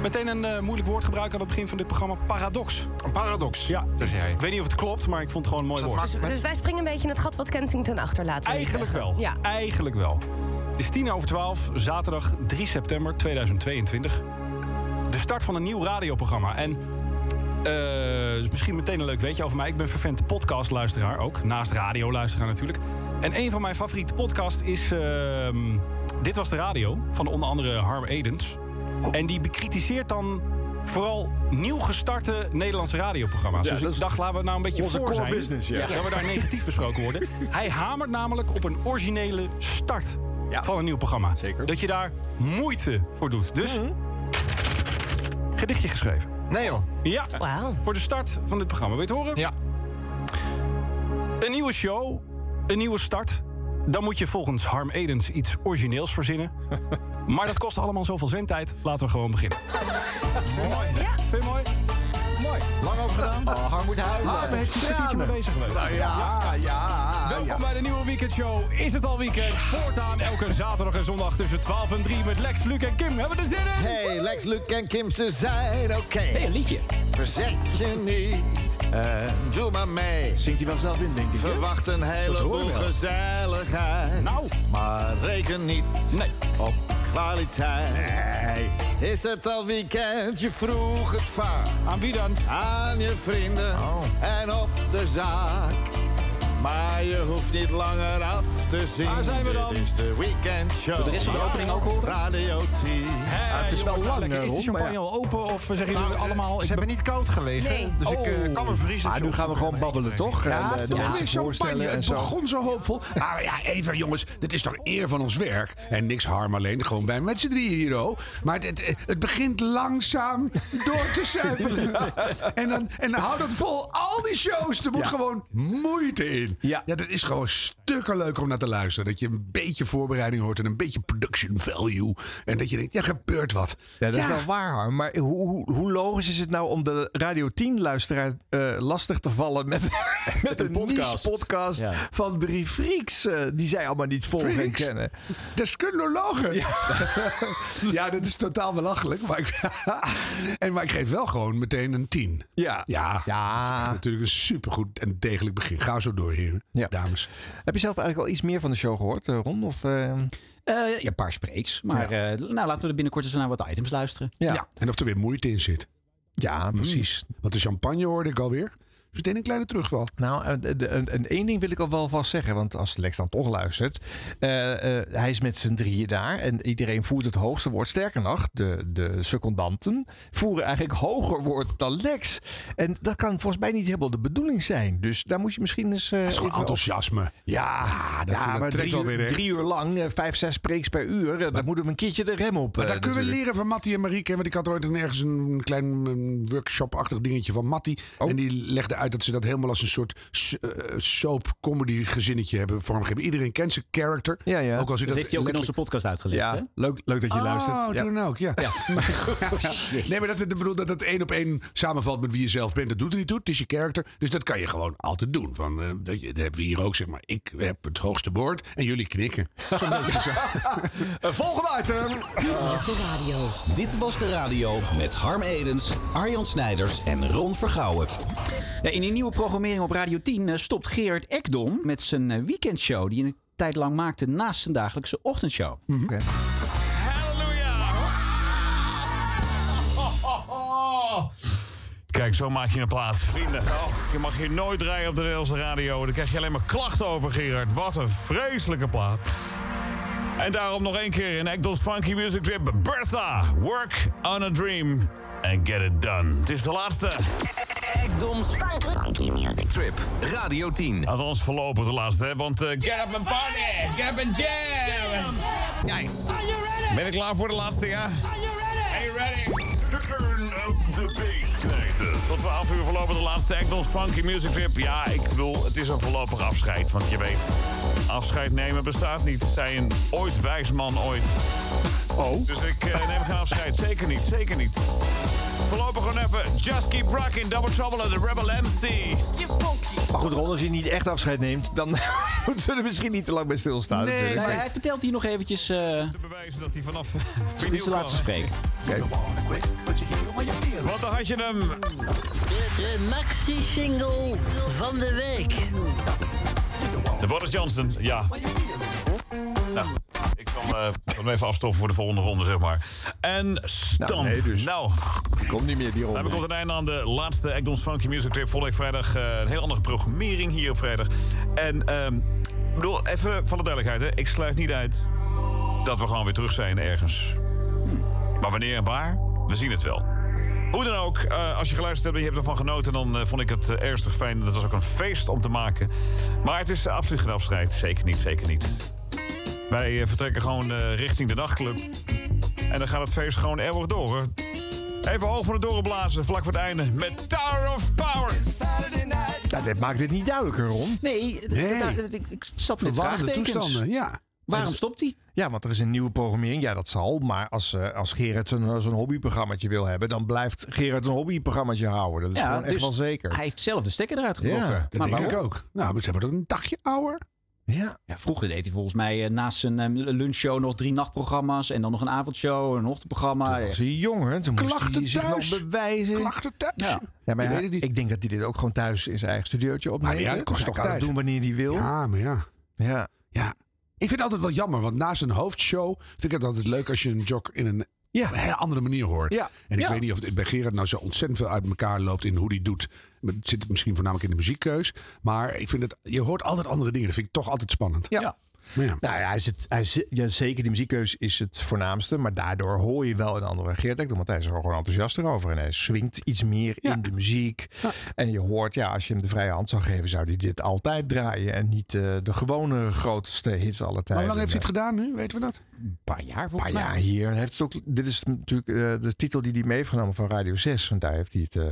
[SPEAKER 8] Meteen een eh, moeilijk woord gebruiken aan het begin van dit programma. Paradox.
[SPEAKER 2] Een paradox.
[SPEAKER 8] Ja. Ik weet niet of het klopt, maar ik vond het gewoon een mooi woord.
[SPEAKER 11] Dus wij springen een beetje in het gat wat Kensington achterlaat. wil je
[SPEAKER 8] Eigenlijk
[SPEAKER 11] zeggen.
[SPEAKER 8] wel.
[SPEAKER 11] Ja.
[SPEAKER 8] Eigenlijk wel. Het is tien over twaalf, zaterdag 3 september 2022. De start van een nieuw radioprogramma. En eh, is misschien meteen een leuk weetje over mij. Ik ben vervent podcastluisteraar ook. Naast radioluisteraar natuurlijk. En een van mijn favoriete podcasts is... ehm, Dit was de radio. Van onder andere Harm Edens. En die bekritiseert dan vooral nieuw gestarte Nederlandse radioprogramma's.
[SPEAKER 1] Ja,
[SPEAKER 8] dus
[SPEAKER 1] dat
[SPEAKER 8] ik
[SPEAKER 1] is
[SPEAKER 8] dacht, laten we nou een beetje
[SPEAKER 1] onze
[SPEAKER 8] voor
[SPEAKER 1] core
[SPEAKER 8] zijn.
[SPEAKER 1] business, ja.
[SPEAKER 8] Dat we daar negatief besproken worden. Hij hamert namelijk op een originele start
[SPEAKER 1] Ja.
[SPEAKER 8] van een nieuw programma.
[SPEAKER 1] Zeker. Mhm.
[SPEAKER 8] Dat je daar moeite voor doet. Dus, gedichtje geschreven. Nee joh. Ja. Voor de start van dit programma. Wil je het horen? Ja. Een nieuwe show, een nieuwe start. Dan moet je volgens Harm Edens iets origineels verzinnen. Maar dat kost allemaal zoveel zendtijd. Laten we gewoon beginnen. Mooi. Ja. Vind je mooi? Mooi.
[SPEAKER 2] Lang over gedaan.
[SPEAKER 3] Oh, Harm moet huilen.
[SPEAKER 8] Harm heeft een kwartiertje mee bezig geweest.
[SPEAKER 2] Nou ja, ja.
[SPEAKER 12] Ah,
[SPEAKER 8] Welkom bij de nieuwe weekendshow. Is het al weekend? Voortaan elke zaterdag en zondag tussen 12 en 3 met Lex, Luc en Kim. Hebben we er zin in?
[SPEAKER 13] Hey, Lex, Luc en Kim, ze zijn oké.
[SPEAKER 3] Hey, een liedje.
[SPEAKER 13] Verzet je niet, en doe maar mee.
[SPEAKER 1] Zingt hij wel zelf in, denk ik. hè?
[SPEAKER 13] Verwacht een heleboel
[SPEAKER 1] horen we.
[SPEAKER 13] gezelligheid.
[SPEAKER 8] Nou.
[SPEAKER 13] Maar reken niet op kwaliteit. Is het al weekend? Je vroeg het vaak.
[SPEAKER 8] Aan wie dan?
[SPEAKER 13] Aan je vrienden
[SPEAKER 1] Oh.
[SPEAKER 13] en op de zaak. Maar je hoeft niet langer af te zien.
[SPEAKER 8] Waar zijn we dan?
[SPEAKER 13] Dit is de weekendshow.
[SPEAKER 8] Wil de rest van de opening ook horen?
[SPEAKER 13] Radio 10.
[SPEAKER 8] Hey,
[SPEAKER 13] het is wel
[SPEAKER 8] jongens,
[SPEAKER 13] lang,
[SPEAKER 8] nou, lekker.
[SPEAKER 13] hè,
[SPEAKER 8] Is de
[SPEAKER 13] Ron?
[SPEAKER 8] champagne
[SPEAKER 13] Maar ja. Ah.
[SPEAKER 8] al open of zeggen jullie
[SPEAKER 5] Nou,
[SPEAKER 8] allemaal...
[SPEAKER 5] Ze hebben niet koud gelegen,
[SPEAKER 11] Nee.
[SPEAKER 5] dus ik eh, kan een vriezen.
[SPEAKER 1] Maar nu gaan we gewoon babbelen, toch?
[SPEAKER 2] Ja,
[SPEAKER 1] en eh,
[SPEAKER 2] toch
[SPEAKER 1] de
[SPEAKER 2] weer
[SPEAKER 1] mensen
[SPEAKER 2] champagne.
[SPEAKER 1] voorstellen en
[SPEAKER 2] Het
[SPEAKER 1] zo.
[SPEAKER 2] begon zo hoopvol. Maar Ah, ja, even jongens, dit is toch eer van ons werk. En niks harm alleen, gewoon wij met z'n drieën hier, oh. Maar het, het begint langzaam door te sijpelen. En, dan, en dan hou dat vol. Al die shows, er moet gewoon moeite in. Ja. dat is gewoon stukken leuk om naar te luisteren. Dat je een beetje voorbereiding hoort en een beetje production value. En dat je denkt, ja, gebeurt wat.
[SPEAKER 1] Ja, dat is wel waar, Harm. Maar hoe, hoe, hoe logisch is het nou om de Radio 10-luisteraar lastig te vallen met, met een, podcast, podcast van drie freaks eh, die zij allemaal niet volgen en
[SPEAKER 2] Freaks?
[SPEAKER 1] kennen?
[SPEAKER 2] Deskundelogen. Ja. ja, dat is totaal belachelijk. Maar ik, en, maar ik geef wel gewoon meteen een 10.
[SPEAKER 1] Ja.
[SPEAKER 2] Ja,
[SPEAKER 1] Ja.
[SPEAKER 2] dat is echt natuurlijk een supergoed en degelijk begin. Ga zo door, heren,
[SPEAKER 1] Ja.
[SPEAKER 2] dames.
[SPEAKER 1] Heb je zelf eigenlijk al iets meer van de show gehoord, eh, Ron? Of, eh,
[SPEAKER 3] Eh, ja, een paar spreeks. Maar eh, nou, laten we er binnenkort eens naar wat items luisteren.
[SPEAKER 2] Ja. En of er weer moeite in zit. Hmm.
[SPEAKER 1] ja, precies.
[SPEAKER 2] Want de champagne hoorde ik alweer. Dus meteen een kleine terugval.
[SPEAKER 1] Nou, eh, de- de- een, een één ding wil ik al wel vast zeggen. Want als Lex dan toch luistert. eh, eh, hij is met z'n drieën daar. En iedereen voert het hoogste woord. Sterker nog, de, de secondanten voeren eigenlijk hoger woord dan Lex. En dat kan volgens mij niet helemaal de bedoeling zijn. Dus daar moet je misschien eens... eh,
[SPEAKER 2] Dat is gewoon
[SPEAKER 1] even over-
[SPEAKER 2] enthousiasme.
[SPEAKER 1] Ja, dat,
[SPEAKER 2] dat
[SPEAKER 1] maar
[SPEAKER 2] trekt
[SPEAKER 1] drie,
[SPEAKER 2] wel weer, hè?
[SPEAKER 1] drie uur lang, eh, vijf, zes preeks per uur. eh, daar moeten we een keertje de rem op.
[SPEAKER 2] Maar
[SPEAKER 1] eh,
[SPEAKER 2] daar kunnen we
[SPEAKER 1] natuurlijk.
[SPEAKER 2] leren van Mattie en Marieke. Want ik had ooit ergens een klein eh, workshop-achtig dingetje van Mattie. En die legde uit dat ze dat helemaal als een soort s- eh, soap-comedy gezinnetje hebben vormgegeven. Iedereen kent zijn character.
[SPEAKER 1] Ja, ja.
[SPEAKER 2] Ook als u
[SPEAKER 3] Dat heeft hij ook in onze podcast uitgelegd. hè?
[SPEAKER 1] Ja, leuk, leuk dat je luistert.
[SPEAKER 2] Oh,
[SPEAKER 1] Ja.
[SPEAKER 2] doe dan ook, ja. nee, maar dat, het- ik bedoel, dat het één op één samenvalt met wie je zelf bent, dat doet er niet toe. Het is je karakter. Dus dat kan je gewoon altijd doen. Van, eh, dat, je- dat hebben we hier ook, zeg maar. Ik heb het hoogste woord en jullie knikken. Zo'n beetje zo.
[SPEAKER 14] Eh,
[SPEAKER 1] Volgende item!
[SPEAKER 4] Dit was de radio.
[SPEAKER 7] Dit was de radio met Harm Edens, Arjan Snijders en Ron Vergouwen.
[SPEAKER 3] Ja, in die nieuwe programmering op Radio 10 eh, stopt Gerard Ekdom met zijn eh, weekendshow. Die hij een tijd lang maakte naast zijn dagelijkse ochtendshow.
[SPEAKER 1] Mhm. Oh,
[SPEAKER 5] Oh, Kijk, zo maak je een plaat. Vrienden, oh, je mag hier nooit draaien op de Nederlandse radio. Daar krijg je alleen maar klachten over, Gerard. Wat een vreselijke plaat. En daarom nog één keer in Ekdels Funky Music Trip. Bertha, work on a dream and get it done. Het is de laatste.
[SPEAKER 7] Ekdoms Funky Music Trip, Radio 10.
[SPEAKER 5] Althans, voorlopig de laatste, hè? Want eh, get up and party! Get up and jam! Kijk. Ben ik klaar voor de laatste, ja? Are you ready? Turn up the bass, knijten. Tot 12 uur voorlopig de laatste Actons Funky Music Trip. Ja, ik bedoel, het is een voorlopig afscheid. Want je weet, afscheid nemen bestaat niet. Zij een ooit wijs man ooit. Oh? Dus ik eh, neem geen afscheid. Zeker niet, zeker niet. Voorlopig gewoon even Just Keep Rocking, Double Trouble en The Rebel MC.
[SPEAKER 1] Maar goed, Ron, als je niet echt afscheid neemt, dan moeten we er misschien niet te lang bij stilstaan.
[SPEAKER 3] Nou,
[SPEAKER 1] natuurlijk.
[SPEAKER 3] hij vertelt hier nog eventjes... eh
[SPEAKER 5] te bewijzen dat hij vanaf eh,
[SPEAKER 3] dit is de laatste spreek.
[SPEAKER 5] Want dan had je hem.
[SPEAKER 6] De maxi-single van de week.
[SPEAKER 5] De Boris Jansen, ja. Nou, ik kan eh, kan hem even afstoffen voor de volgende ronde, zeg maar. En stamp. Nou,
[SPEAKER 1] nee, dus.
[SPEAKER 5] daar
[SPEAKER 1] Komt niet meer die
[SPEAKER 5] heb ik
[SPEAKER 1] ronde.
[SPEAKER 5] tot een einde aan de laatste Ekdoms Funky Music Trip. Volgende week vrijdag eh, een heel andere programmering hier op vrijdag. En ehm, ik bedoel, even van de duidelijkheid, hè. ik sluit niet uit dat we gewoon weer terug zijn ergens. Maar wanneer en waar, we zien het wel. Hoe dan ook, eh, als je geluisterd hebt en je hebt ervan genoten... dan eh, vond ik het eh, ernstig fijn. Dat was ook een feest om te maken. Maar het is absoluut geen afscheid. Zeker niet, zeker niet. Wij eh, vertrekken gewoon eh, richting de nachtclub. En dan gaat het feest gewoon eeuwig door. hoor. Even hoog voor de doren blazen, vlak voor het einde. Met Tower of Power.
[SPEAKER 1] Nou, dit maakt dit niet duidelijker, Ron.
[SPEAKER 3] Nee, d-
[SPEAKER 1] Nee.
[SPEAKER 3] daar- d- ik, ik zat met
[SPEAKER 1] Verwarrende
[SPEAKER 3] vraagtekens.
[SPEAKER 1] toestanden, ja.
[SPEAKER 3] Waarom
[SPEAKER 1] Dus-
[SPEAKER 3] stopt hij?
[SPEAKER 1] Ja, want er is een nieuwe programmering. Ja, dat zal. Maar als, eh, als Gerard zo'n zo'n hobbyprogrammaatje wil hebben... dan blijft Gerard een hobbyprogrammaatje houden. Dat is gewoon echt
[SPEAKER 3] dus-
[SPEAKER 1] wel zeker.
[SPEAKER 3] Hij heeft zelf de stekker eruit
[SPEAKER 1] Ja,
[SPEAKER 3] getrokken.
[SPEAKER 1] dat denk ik
[SPEAKER 2] ook. Nou, maar ze hebben ook een dagje ouder.
[SPEAKER 1] Ja.
[SPEAKER 3] Vroeger deed hij volgens mij eh, naast zijn eh, lunchshow nog drie nachtprogramma's. En dan nog een avondshow, een ochtendprogramma. Toen
[SPEAKER 1] was hij jonger, hè? Toen moest hij zich nog bewijzen.
[SPEAKER 2] Klachten thuis.
[SPEAKER 3] Ja.
[SPEAKER 1] Ja, maar
[SPEAKER 3] Ik
[SPEAKER 1] hij-
[SPEAKER 3] weet
[SPEAKER 1] ik denk dat hij dit ook gewoon thuis in zijn eigen studiootje opneemt.
[SPEAKER 2] Maar ja,
[SPEAKER 1] hè?
[SPEAKER 2] dat kost
[SPEAKER 1] Hij
[SPEAKER 2] toch
[SPEAKER 1] kan dat
[SPEAKER 2] tijd.
[SPEAKER 1] doen wanneer hij wil.
[SPEAKER 2] Ja, maar ja.
[SPEAKER 1] Ja.
[SPEAKER 2] ja. Ik vind het altijd wel jammer, want naast een hoofdshow vind ik het altijd leuk als je een jock in een hele andere manier hoort.
[SPEAKER 1] Ja.
[SPEAKER 2] En ik
[SPEAKER 1] Ja.
[SPEAKER 2] weet niet of het bij Gerard nou zo ontzettend veel uit elkaar loopt in hoe hij doet. Het Zit het misschien voornamelijk in de muziekkeus. Maar ik vind het, je hoort altijd andere dingen. Dat vind ik toch altijd spannend.
[SPEAKER 1] Ja.
[SPEAKER 2] Maar ja.
[SPEAKER 1] Nou ja, hij zit, hij zit- ja, zeker die muziekkeus is het voornaamste. Maar daardoor hoor je wel een andere Geert Ekdom. Want hij is er gewoon enthousiaster over. En hij swingt iets meer in de muziek. En je hoort, ja, als je hem de vrije hand zou geven... zou hij dit altijd draaien. En niet eh, de gewone grootste hits alle tijden.
[SPEAKER 2] Maar hoe lang heeft hij het gedaan nu? Weten we dat?
[SPEAKER 3] Een paar jaar
[SPEAKER 1] Een paar
[SPEAKER 3] volgens mij.
[SPEAKER 1] jaar hier. En hij Heeft het ook, dit is natuurlijk eh, de titel die hij mee heeft genomen van Radio 6. Want daar heeft hij het, eh,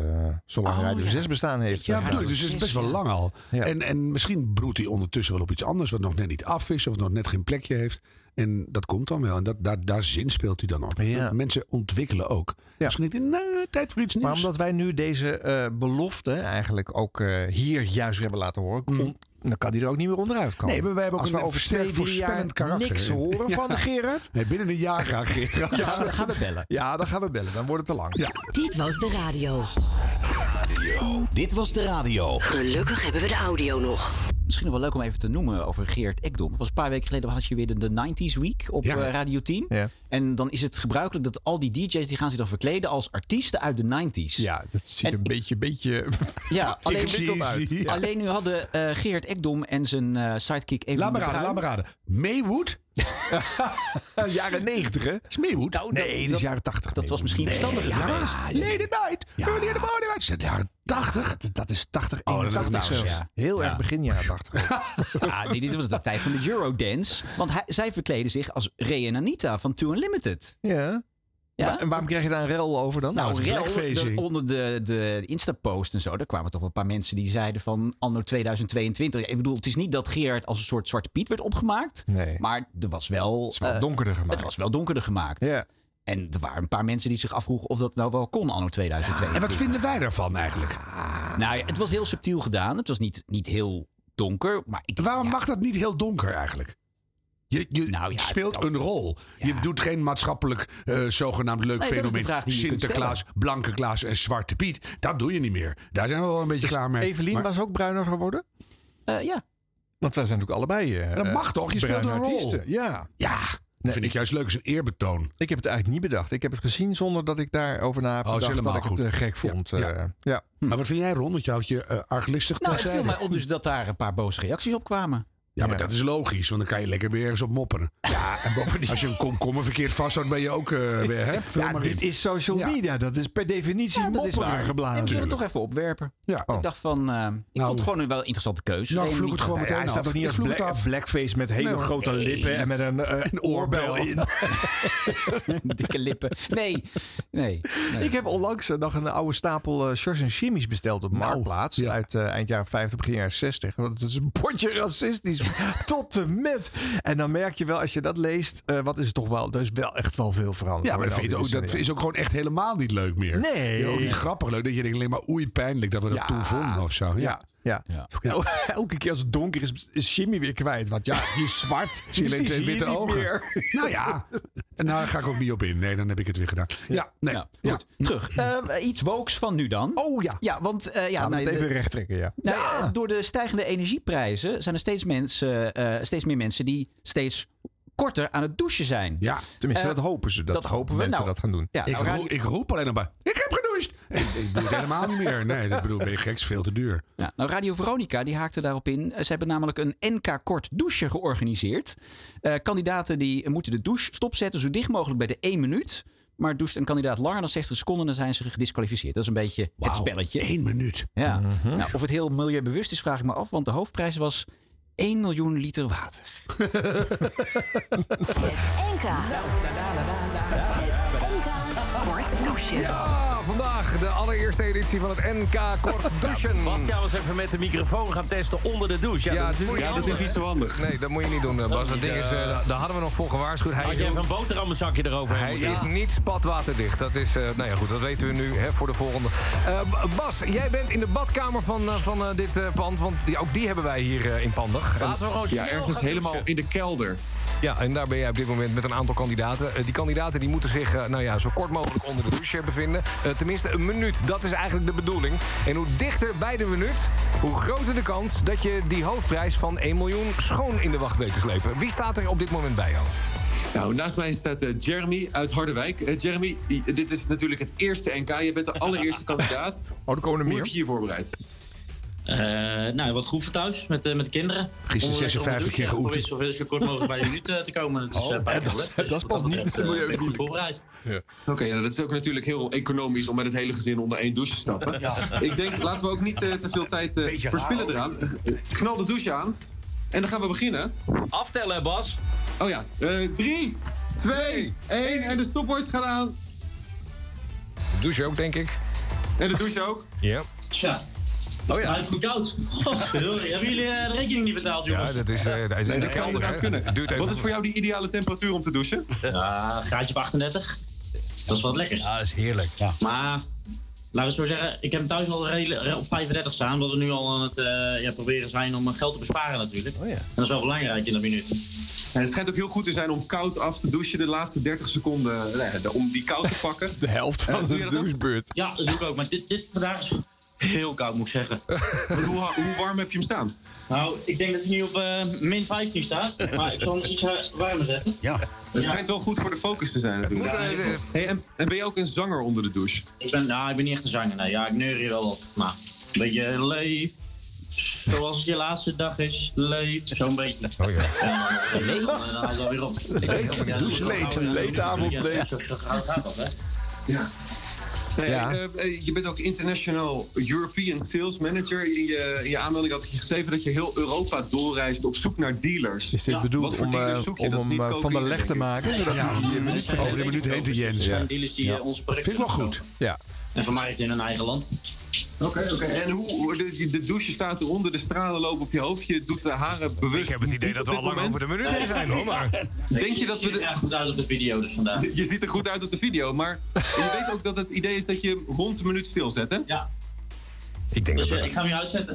[SPEAKER 1] zolang
[SPEAKER 2] Oh,
[SPEAKER 1] Radio
[SPEAKER 2] ja.
[SPEAKER 1] 6 bestaan heeft.
[SPEAKER 2] Ja, bedoel ik, dus het is best wel lang al.
[SPEAKER 1] Ja.
[SPEAKER 2] En, en misschien broedt hij ondertussen wel op iets anders... wat nog net niet af is of nog net geen plekje heeft. En dat komt dan wel. En dat, daar, daar zin speelt hij dan op.
[SPEAKER 1] Ja.
[SPEAKER 2] Mensen ontwikkelen ook. Misschien niet, nou, tijd voor iets nieuws.
[SPEAKER 1] Maar omdat wij nu deze eh, belofte eigenlijk ook eh, hier juist hebben laten horen, kon- dan kan die er ook niet meer onderuit komen.
[SPEAKER 2] Mm. Nee, maar wij hebben ook
[SPEAKER 1] Als
[SPEAKER 2] een
[SPEAKER 1] we over
[SPEAKER 2] versterkt
[SPEAKER 1] twee, drie jaar
[SPEAKER 2] voorspellend karakter.
[SPEAKER 1] niks horen van de Gerard.
[SPEAKER 2] Nee, binnen een jaar graag Gerard.
[SPEAKER 1] Ja,
[SPEAKER 2] Ja,
[SPEAKER 1] dan gaan we bellen. Ja, dan gaan we bellen. Dan wordt het te lang.
[SPEAKER 4] Dit was de radio.
[SPEAKER 7] Dit was de radio.
[SPEAKER 4] Gelukkig hebben we de audio nog.
[SPEAKER 3] Misschien nog wel leuk om even te noemen over Geert Ekdom. Het was een paar weken geleden had je weer de, de 90s Week op
[SPEAKER 1] Ja.
[SPEAKER 3] eh, Radio 10.
[SPEAKER 1] Ja.
[SPEAKER 3] En dan is het gebruikelijk dat al die DJ's die gaan zich dan verkleden als artiesten uit de 90s.
[SPEAKER 1] Ja, dat ziet een beetje, beetje
[SPEAKER 3] Ja, alleen,
[SPEAKER 1] ingewikkeld uit. Ja.
[SPEAKER 3] alleen nu hadden eh, Geert Ekdom en zijn eh, sidekick even.
[SPEAKER 2] Laat me raden, laat me raden. Maywood?
[SPEAKER 1] jaren 90, hè?
[SPEAKER 2] Is Maywood?
[SPEAKER 1] nee, dat is jaren 80.
[SPEAKER 3] Dat was misschien verstandiger
[SPEAKER 2] ja,
[SPEAKER 3] geweest.
[SPEAKER 2] Lady Night, Early in the Morning. Is dat jaren 80?
[SPEAKER 1] Dat, dat is 80,
[SPEAKER 2] Oh, dat is
[SPEAKER 1] 81
[SPEAKER 2] nou eens,
[SPEAKER 1] zelfs.
[SPEAKER 2] ja.
[SPEAKER 1] Heel erg begin jaren 80.
[SPEAKER 3] Ja, nee, dit was de tijd van de Eurodance. Want hij, zij verkleden zich als Ray en Anita van Two Unlimited.
[SPEAKER 1] Ja.
[SPEAKER 3] Ja?
[SPEAKER 1] Maar- en waarom krijg je daar een rel over dan?
[SPEAKER 3] Nou,
[SPEAKER 1] het is
[SPEAKER 3] rel,
[SPEAKER 1] blackfacing.
[SPEAKER 3] de- onder de, de Insta-post en zo, daar kwamen toch wel een paar mensen die zeiden van anno 2022. Ik bedoel, het is niet dat Geert als een soort Zwarte Piet werd opgemaakt.
[SPEAKER 1] Nee.
[SPEAKER 3] Maar er was wel... Het
[SPEAKER 1] is wel donkerder gemaakt.
[SPEAKER 3] Het was wel donkerder gemaakt.
[SPEAKER 1] Ja.
[SPEAKER 3] En er waren een paar mensen die zich afvroegen of dat nou wel kon anno 2022.
[SPEAKER 2] En wat vinden wij daarvan eigenlijk?
[SPEAKER 3] Nou ja, het was heel subtiel gedaan. Het was niet, niet heel donker, maar ik...
[SPEAKER 2] Waarom mag dat niet heel donker eigenlijk? Je, je
[SPEAKER 3] Nou ja,
[SPEAKER 2] speelt
[SPEAKER 3] dat-
[SPEAKER 2] een rol. Je doet geen maatschappelijk eh, zogenaamd leuk
[SPEAKER 3] Nee, dat is de
[SPEAKER 2] fenomeen.
[SPEAKER 3] vraag die je kunt
[SPEAKER 2] Sinterklaas, Blanke Klaas en Zwarte Piet. Dat doe je niet meer. Daar zijn we wel een beetje klaar mee.
[SPEAKER 1] Evelien
[SPEAKER 2] Maar-
[SPEAKER 1] was ook bruiner geworden.
[SPEAKER 3] Eh, ja.
[SPEAKER 1] Want wij zijn natuurlijk allebei. eh,
[SPEAKER 2] Dat mag toch? Je
[SPEAKER 1] bruine
[SPEAKER 2] speelt een rol.
[SPEAKER 1] artiesten. Ja.
[SPEAKER 2] Ja, dat vind ik juist leuk. is een eerbetoon.
[SPEAKER 1] Ik heb het eigenlijk niet bedacht. Ik heb het gezien zonder dat ik daarover na heb
[SPEAKER 2] Oh, is
[SPEAKER 1] gedacht dat
[SPEAKER 2] helemaal
[SPEAKER 1] ik
[SPEAKER 2] goed.
[SPEAKER 1] het eh, gek vond.
[SPEAKER 2] Ja.
[SPEAKER 1] eh, ja.
[SPEAKER 2] Maar wat vind jij, Ron? Want je houdt je eh, arglistig
[SPEAKER 3] Nou, het
[SPEAKER 2] terzijde.
[SPEAKER 3] viel mij op dus dat daar een paar boze reacties op kwamen.
[SPEAKER 2] Ja, maar dat is logisch, want dan kan je lekker weer eens op mopperen. Ja, en bovendien... Als je een komkommer verkeerd vasthoudt, ben je ook eh, weer... Hè? Vul
[SPEAKER 1] Ja,
[SPEAKER 2] maar
[SPEAKER 1] dit
[SPEAKER 2] in.
[SPEAKER 1] is social
[SPEAKER 2] Ja.
[SPEAKER 1] media. Dat is per definitie
[SPEAKER 3] Ja, dat is waar.
[SPEAKER 1] mopperen
[SPEAKER 3] En
[SPEAKER 1] geblazen.
[SPEAKER 3] we zullen het toch even opwerpen.
[SPEAKER 2] Ja. Oh.
[SPEAKER 1] Oh.
[SPEAKER 3] Ik dacht van, eh, ik vond het gewoon een wel interessante keuze.
[SPEAKER 2] Nou, ik
[SPEAKER 3] Ray
[SPEAKER 2] vloek het
[SPEAKER 3] Anita.
[SPEAKER 2] gewoon meteen
[SPEAKER 1] Ja, hij staat
[SPEAKER 2] af.
[SPEAKER 1] toch Nou, niet
[SPEAKER 2] Ik
[SPEAKER 1] als
[SPEAKER 2] vloek het
[SPEAKER 1] black-
[SPEAKER 2] af.
[SPEAKER 1] blackface met hele
[SPEAKER 2] Nee, hoor.
[SPEAKER 1] grote
[SPEAKER 2] Nee.
[SPEAKER 1] lippen en met een, eh,
[SPEAKER 2] Een oorbel.
[SPEAKER 1] oorbel in.
[SPEAKER 3] Dikke lippen. Nee, nee. nee.
[SPEAKER 1] Ik heb onlangs eh, nog een oude stapel eh shorts en chimies besteld
[SPEAKER 2] Nou,
[SPEAKER 1] op Marktplaats. Uit eh, eind jaren 50, begin jaren 60. Want het is een potje racistisch. tot en met. En dan merk je wel, als je dat leest, eh, wat is het toch wel... Er is wel echt wel veel veranderd.
[SPEAKER 2] Ja, maar dat,
[SPEAKER 1] hoor,
[SPEAKER 2] vind
[SPEAKER 1] in
[SPEAKER 2] je
[SPEAKER 1] al
[SPEAKER 2] ook,
[SPEAKER 1] die
[SPEAKER 2] dat is ook gewoon echt helemaal niet leuk meer.
[SPEAKER 1] Nee.
[SPEAKER 2] Ja, Ook niet grappig leuk. Dat je denkt alleen maar oei pijnlijk dat we dat
[SPEAKER 1] Ja.
[SPEAKER 2] toen vonden of zo. Ja.
[SPEAKER 1] Ja. Ja.
[SPEAKER 3] Ja.
[SPEAKER 1] El- elke keer als het donker is, is Jimmy weer kwijt. Want ja, die is zwart.
[SPEAKER 2] Zie je
[SPEAKER 1] dus
[SPEAKER 2] alleen
[SPEAKER 1] die
[SPEAKER 2] twee
[SPEAKER 1] zie je
[SPEAKER 2] witte
[SPEAKER 1] niet
[SPEAKER 2] ogen.
[SPEAKER 1] meer.
[SPEAKER 2] Nou ja, en daar ga ik ook niet op in. Nee, dan heb ik het weer gedaan. Ja, nee.
[SPEAKER 3] Nou,
[SPEAKER 2] Ja.
[SPEAKER 3] goed. Terug. Eh, iets wokes van nu dan.
[SPEAKER 1] Oh ja.
[SPEAKER 3] Ja, want eh, ja,
[SPEAKER 1] Laten we
[SPEAKER 3] nou,
[SPEAKER 1] het
[SPEAKER 3] de-
[SPEAKER 1] even recht trekken, ja.
[SPEAKER 3] nou, eh, door de stijgende energieprijzen zijn er steeds, mensen, eh, steeds meer mensen die steeds korter aan het douchen zijn.
[SPEAKER 2] Ja,
[SPEAKER 1] Tenminste,
[SPEAKER 3] Eh,
[SPEAKER 1] dat hopen ze. Dat,
[SPEAKER 3] dat hopen we.
[SPEAKER 1] Mensen
[SPEAKER 3] Nou,
[SPEAKER 1] dat gaan doen.
[SPEAKER 3] Ja,
[SPEAKER 2] ik,
[SPEAKER 3] nou,
[SPEAKER 2] roep,
[SPEAKER 3] radio-
[SPEAKER 2] ik roep alleen nog maar, ik heb gedoucht. Ik, ik doe het helemaal niet meer. Nee, dat bedoel ik, ben je gek, is veel te duur.
[SPEAKER 3] Ja, nou, Radio Veronica die haakte daarop in. Eh, Ze hebben namelijk een NK Kort Douche georganiseerd. Eh, kandidaten die moeten de douche stopzetten zo dicht mogelijk bij de 1 minuut. Maar doucht een kandidaat langer dan 60 seconden, dan zijn ze gedisqualificeerd. Dat is een beetje het spelletje.
[SPEAKER 2] Eén minuut.
[SPEAKER 3] Ja. nou, of het heel milieubewust is, vraag ik me af. Want de hoofdprijs was 1 miljoen liter water.
[SPEAKER 15] eh,
[SPEAKER 4] NK. NK.
[SPEAKER 16] Kort douchen.
[SPEAKER 15] Ja, vandaag de allereerste editie van het NK
[SPEAKER 10] Nou,
[SPEAKER 15] Kort Douchen.
[SPEAKER 10] Bastiaan was even met de microfoon gaan testen onder de douche. Ja,
[SPEAKER 15] natuurlijk.
[SPEAKER 10] moet je Oh, anders.
[SPEAKER 15] Nee, dat moet je niet doen, eh, Bas. Dat ding is, eh, daar hadden we nog voor gewaarschuwd.
[SPEAKER 10] Had je even een boterhammenzakje erover
[SPEAKER 15] Hij is niet spatwaterdicht. Dat is, eh, nou ja, goed, dat weten we nu hè, voor de volgende. Eh, B- Bas, jij bent in de badkamer van, eh, van eh, dit eh, pand, want die, ook die hebben wij hier eh, in Pandig.
[SPEAKER 10] Laten we gewoon Ja, snel ergens gaan helemaal douchen.
[SPEAKER 15] in de kelder. Ja, en daar ben jij op dit moment met een aantal kandidaten. Eh, die kandidaten die moeten zich eh, nou ja, zo kort mogelijk onder de douche bevinden. Eh, tenminste, een minuut. Dat is eigenlijk de bedoeling. En hoe dichter bij de minuut, hoe groter de kans dat je die hoofdprijs van 1 miljoen schoon in de wacht weet te slepen. Wie staat er op dit moment bij jou?
[SPEAKER 17] Nou, naast mij staat eh, Jeremy uit Harderwijk. Eh, Jeremy, i- dit is natuurlijk het eerste NK. Je bent de allereerste kandidaat.
[SPEAKER 15] Oh, er komen
[SPEAKER 17] Hoe heb je je voorbereid?
[SPEAKER 18] Eh, nou, wat groeven thuis met, eh, met de kinderen.
[SPEAKER 17] Gisteren
[SPEAKER 18] Onder-
[SPEAKER 17] 56
[SPEAKER 18] onder douche,
[SPEAKER 17] keer
[SPEAKER 18] eh,
[SPEAKER 17] geoefend.
[SPEAKER 18] probeer Zo, veel- zo kort mogelijk bij de minuut eh, te komen. Dat is,
[SPEAKER 17] Oh,
[SPEAKER 18] eh,
[SPEAKER 17] en dat-
[SPEAKER 18] pijnlijk. Dus
[SPEAKER 17] dat is
[SPEAKER 18] wat
[SPEAKER 17] pas niet het
[SPEAKER 18] betreft, eh, ben ik
[SPEAKER 17] milieuvriendelijk.
[SPEAKER 18] goed voorbereid.
[SPEAKER 17] Oké, nou, dat is ook natuurlijk heel economisch om met het hele gezin onder één douche te stappen.
[SPEAKER 18] Ja.
[SPEAKER 17] Ik denk, laten we ook niet eh, te veel tijd eh, verspillen eraan. Eh, Knal de douche aan en dan gaan we beginnen.
[SPEAKER 10] Aftellen, Bas.
[SPEAKER 17] Oh ja, 3, 2, 1 en de stopwatch gaat aan.
[SPEAKER 15] Douche ook, denk ik.
[SPEAKER 17] En de douche ook?
[SPEAKER 15] Ja.
[SPEAKER 18] Tja. Oh ja. Hij is goed koud. Godverdorie. Hebben jullie eh, de rekening niet betaald, jongens?
[SPEAKER 15] dat is, eh, dat is in de kelder, hè. Het duurt even-
[SPEAKER 17] Wat is voor jou die ideale temperatuur om te douchen?
[SPEAKER 18] Ja, Eh, een graadje van 38. Dat is wat lekker. Ja,
[SPEAKER 15] dat is heerlijk.
[SPEAKER 18] Maar, laten we zo zeggen, ik heb hem thuis al redelijk- re- op 35 staan. Omdat we nu al aan het eh, ja, proberen zijn om eh, geld te besparen natuurlijk.
[SPEAKER 15] Oh
[SPEAKER 18] En dat is wel belangrijk in dat minuut.
[SPEAKER 17] En het schijnt ook heel goed te zijn om koud af te douchen de laatste 30 seconden. nou ja, om die koud te pakken. Eh, De helft
[SPEAKER 18] van de
[SPEAKER 17] douchebeurt.
[SPEAKER 18] Ja, dat doe ik ook. Maar dit, dit vandaag is heel koud, moet ik zeggen.
[SPEAKER 17] hoe, hoe warm heb je hem staan?
[SPEAKER 18] Nou, ik denk dat hij nu op eh, min 15 staat. Maar ik zal hem iets eh, warmer zetten.
[SPEAKER 17] Ja. Het schijnt wel goed voor de focus te zijn natuurlijk.
[SPEAKER 18] moet, eh,
[SPEAKER 17] hey, en, en ben je ook een zanger onder de douche?
[SPEAKER 18] Ik ben, nou, ik ben niet echt een zanger. Nee. Ja, ik neur hier wel op. Maar een beetje leef. Zoals het je laatste dag is. Leef. Zo'n beetje.
[SPEAKER 15] Oh ja.
[SPEAKER 18] leef. Dan haal je weer op.
[SPEAKER 17] Leef.
[SPEAKER 18] Ja,
[SPEAKER 17] Douche leef.
[SPEAKER 18] ja,
[SPEAKER 17] Leefavond
[SPEAKER 18] ja,
[SPEAKER 17] leef.
[SPEAKER 18] Zo zo gauw gaat dat, hè?
[SPEAKER 17] Nee,
[SPEAKER 18] Ja.
[SPEAKER 17] eh, eh, je bent ook international European Sales Manager. In je, in je aanmelding had ik je geschreven dat je heel Europa doorreist op zoek naar dealers.
[SPEAKER 1] Is dit
[SPEAKER 17] Wat
[SPEAKER 1] bedoeld
[SPEAKER 17] voor
[SPEAKER 1] om,
[SPEAKER 17] dealers
[SPEAKER 1] eh,
[SPEAKER 17] zoek je?
[SPEAKER 1] om
[SPEAKER 17] Dat is
[SPEAKER 1] hem
[SPEAKER 17] niet
[SPEAKER 1] eh, van de
[SPEAKER 17] cocaïne,
[SPEAKER 1] leg te
[SPEAKER 17] denk ik.
[SPEAKER 1] maken? Zodat hij die een minuut vergeet?
[SPEAKER 18] zijn dealers die
[SPEAKER 1] Ja.
[SPEAKER 18] eh, ons product verkopen.
[SPEAKER 1] Ja.
[SPEAKER 18] En voor mij is het in een eigen land.
[SPEAKER 17] Oké, oké. En hoe, hoe- de, de douche staat eronder, de stralen lopen op je hoofd, je doet de haren bewust. Ik heb het idee
[SPEAKER 15] dat we al lang over de minuut heen zijn, hoor, maar-
[SPEAKER 17] Denk je dat we...
[SPEAKER 18] er goed uit op de video dus vandaag.
[SPEAKER 17] Je ziet er goed uit op de video, maar je weet ook dat het idee is dat je hem rond een minuut stilzet, hè?
[SPEAKER 18] Ja.
[SPEAKER 15] Ik denk
[SPEAKER 18] Dus
[SPEAKER 15] dat
[SPEAKER 18] eh, ik ga hem weer uitzetten.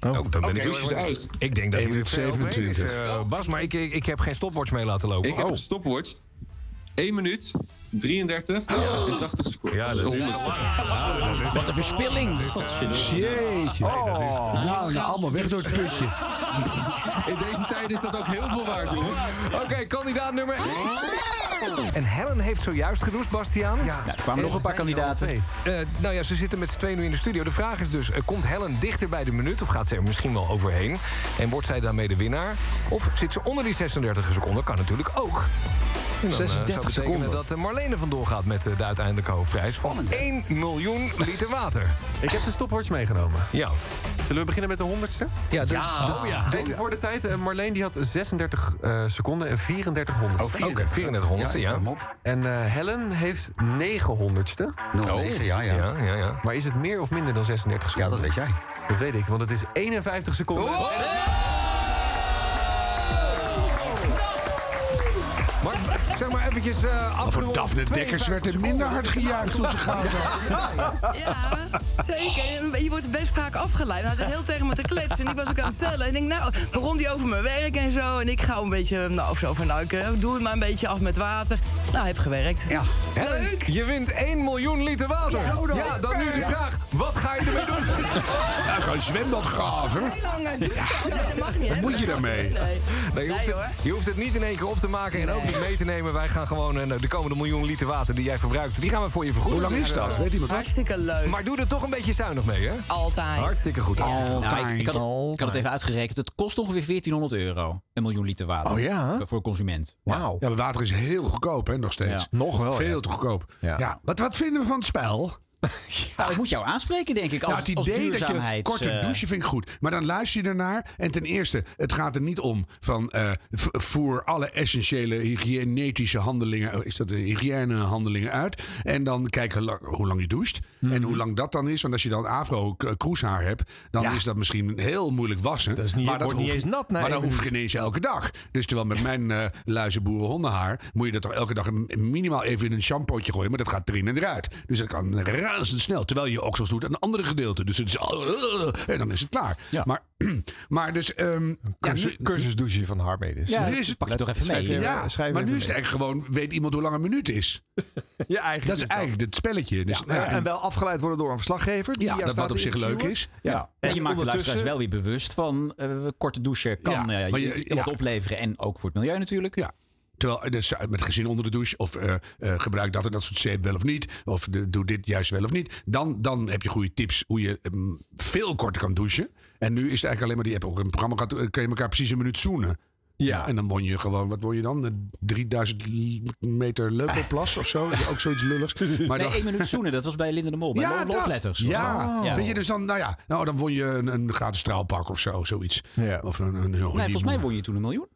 [SPEAKER 15] Oh, dan ben
[SPEAKER 17] Oké,
[SPEAKER 15] ik heel
[SPEAKER 17] douche
[SPEAKER 15] erg-
[SPEAKER 17] is uit.
[SPEAKER 15] Ik denk dat
[SPEAKER 17] Eén
[SPEAKER 15] hij
[SPEAKER 17] minuut
[SPEAKER 15] er ver overheen
[SPEAKER 17] 27.
[SPEAKER 15] is, eh, Bas, maar ik, ik, ik heb geen stopwatch mee laten lopen.
[SPEAKER 17] Ik heb een stopwatch. 1 minuut, 33 en 80 seconden.
[SPEAKER 15] Ja, dat is
[SPEAKER 10] Wat een verspilling.
[SPEAKER 17] Jeetje.
[SPEAKER 10] Oh.
[SPEAKER 17] Nou, nou, allemaal weg door het putje. In deze tijd is dat ook heel veel waard, jongens.
[SPEAKER 15] Oké, kandidaat nummer 1. En Helen heeft zojuist gedoucht, Bastiaan. Ja,
[SPEAKER 3] er kwamen nog een paar kandidaten.
[SPEAKER 15] nou ja, ze zitten met z'n tweeën nu in de studio. De vraag is dus, eh, komt Helen dichter bij de minuut... of gaat ze er misschien wel overheen? En wordt zij daarmee de winnaar? Of zit ze onder die 36 seconden? Kan natuurlijk ook. En dan, eh,
[SPEAKER 1] 36
[SPEAKER 15] zou betekenen
[SPEAKER 1] seconden.
[SPEAKER 15] dat eh, Marlene vandoor gaat met eh, de uiteindelijke hoofdprijs... van 1 miljoen liter water.
[SPEAKER 19] Ik heb de stopwatch meegenomen.
[SPEAKER 15] Ja.
[SPEAKER 19] Zullen we beginnen met de honderdste? Ja,
[SPEAKER 15] de- de-
[SPEAKER 19] Deed u voor de tijd. eh, Marleen die had 36 eh, seconden en 34 honderdste.
[SPEAKER 15] Oh, 34. Oké, 34 honderdste, ja.
[SPEAKER 19] ik ruim op. En eh, Helen heeft 9 honderdste.
[SPEAKER 15] 09, ja, Oh, ja. Ja, ja, ja.
[SPEAKER 19] Maar is het meer of minder dan 36 seconden? Ja, dat weet jij. Dat weet ik, want het is 51 seconden.
[SPEAKER 15] Oh! Maar zeg maar eventjes eh
[SPEAKER 2] Voor
[SPEAKER 15] afgerond.
[SPEAKER 2] Daphne Dekkers werd er minder hard gejuicht toen ze goud had.
[SPEAKER 20] Ja, zeker. En Je wordt best vaak afgeleid. Hij zat heel tegen me te kletsen. En ik was ook aan het tellen. En ik denk, nou, begon hij over mijn werk en zo. En ik ga een beetje, nou, of zo van, nou, ik eh, doe het maar een beetje af met water. Nou, hij heeft gewerkt. Ja.
[SPEAKER 15] Leuk! Je wint 1 miljoen liter water.
[SPEAKER 20] Zo dan.
[SPEAKER 15] Ja, dan nu de vraag. Wat ga je ermee doen?
[SPEAKER 2] Ja, gewoon zwembad graven.
[SPEAKER 20] dat mag niet, hè?
[SPEAKER 2] Wat moet je daarmee?
[SPEAKER 20] Nee.
[SPEAKER 15] Nee, je, hoeft
[SPEAKER 20] Nee,
[SPEAKER 15] het, je hoeft het niet in één keer op te maken en ook niet mee te nemen. Wij gaan gewoon eh, de komende miljoen liter water die jij verbruikt, die gaan we voor je vergoeden.
[SPEAKER 2] Hoe lang is dat? Weet iemand dat?
[SPEAKER 20] Hartstikke leuk.
[SPEAKER 15] Maar doe er toch een beetje zuinig mee, hè?
[SPEAKER 20] Altijd.
[SPEAKER 15] Hartstikke goed.
[SPEAKER 3] Nou, ik, ik, had het, ik had het even uitgerekend. Het kost ongeveer 1400 euro. Een miljoen liter water.
[SPEAKER 2] Oh ja?
[SPEAKER 3] Voor een consument.
[SPEAKER 2] Wauw. Ja, maar water is heel goedkoop, hè, nog steeds.
[SPEAKER 3] Ja. Nog wel,
[SPEAKER 2] Veel
[SPEAKER 3] ja.
[SPEAKER 2] te goedkoop.
[SPEAKER 3] Ja.
[SPEAKER 2] Ja. Wat, wat vinden we van het spel?
[SPEAKER 3] Nou, ik moet jou aanspreken, denk ik, als,
[SPEAKER 2] nou, het
[SPEAKER 3] als
[SPEAKER 2] idee dat je
[SPEAKER 3] duurzaamheids,
[SPEAKER 2] korte
[SPEAKER 3] eh,
[SPEAKER 2] douche vind ik goed. Maar dan luister je ernaar. En ten eerste, het gaat er niet om van eh, v- voer alle essentiële hygiënetische handelingen, oh, is dat een hygiënehandelingen uit. En dan kijken la- hoe lang je doucht.
[SPEAKER 3] Mhm.
[SPEAKER 2] En hoe lang dat dan is. Want als je dan afro k- kroeshaar hebt, dan is dat misschien heel moeilijk wassen. Dat is
[SPEAKER 1] niet-
[SPEAKER 2] maar dat
[SPEAKER 1] wordt niet
[SPEAKER 2] hoeft-
[SPEAKER 1] eens nat na
[SPEAKER 2] Maar
[SPEAKER 1] één
[SPEAKER 2] dan hoef je
[SPEAKER 1] minuut.
[SPEAKER 2] ineens elke dag. Dus terwijl met mijn eh luizenboerenhondenhaar moet je dat toch elke dag een- minimaal even in een shampootje gooien. Maar dat gaat erin en eruit. Dus dat kan razendsnel. Terwijl je je oksels doet aan een andere gedeelte. Dus het is al- eh, en dan is het klaar. Maar, maar dus... ehm
[SPEAKER 1] Cursus,
[SPEAKER 2] ja, nu-
[SPEAKER 1] cursusdouche van Harmedes.
[SPEAKER 2] nu is het- Ja,
[SPEAKER 1] eh, schrijf
[SPEAKER 2] maar nu
[SPEAKER 1] even
[SPEAKER 2] is het
[SPEAKER 1] mee.
[SPEAKER 2] eigenlijk gewoon... Weet iemand hoe lang een minuut is?
[SPEAKER 1] ja, eigenlijk
[SPEAKER 2] dat is eigenlijk het spelletje. Dus,
[SPEAKER 1] Ja,
[SPEAKER 2] ja,
[SPEAKER 1] en wel afgeleid worden door een verslaggever. die
[SPEAKER 2] Ja,
[SPEAKER 1] jou
[SPEAKER 2] dat
[SPEAKER 1] staat
[SPEAKER 2] wat op
[SPEAKER 1] te
[SPEAKER 2] zich leuk
[SPEAKER 1] interviewen.
[SPEAKER 2] is.
[SPEAKER 1] Ja.
[SPEAKER 3] Ja, en je maakt de luisteraars wel weer bewust van eh, korte douchen kan
[SPEAKER 2] Ja,
[SPEAKER 3] eh,
[SPEAKER 2] maar
[SPEAKER 3] je,
[SPEAKER 2] je-
[SPEAKER 3] wat
[SPEAKER 2] ja.
[SPEAKER 3] opleveren en ook voor het milieu Nou, natuurlijk.
[SPEAKER 2] Ja. Terwijl eh, dus met gezin onder de douche of eh, eh, gebruik dat en dat soort zeep wel of niet. Of de- doe dit juist wel of niet. Dan, dan heb je goede tips hoe je mm, veel korter kan douchen. En nu is het eigenlijk alleen maar die app. Ook in het programma gaat, eh, kun je elkaar precies een minuut zoenen. Ja. En dan won je gewoon, wat won je dan? Eh, 3000 li- meter Leukelplas of zo? Is Ook zoiets lulligs. Maar
[SPEAKER 3] nee,
[SPEAKER 2] dan-
[SPEAKER 3] één minuut zoenen, dat was bij Linda de Mol. Bij Love
[SPEAKER 2] dat.
[SPEAKER 3] Letters. was
[SPEAKER 2] Ja.
[SPEAKER 3] dat.
[SPEAKER 2] Weet je, dus dan, nou ja, nou, dan won je een, een gratis straalpak of zo, zoiets. Of een, een, heel
[SPEAKER 3] Nee, volgens mij won je toen een miljoen.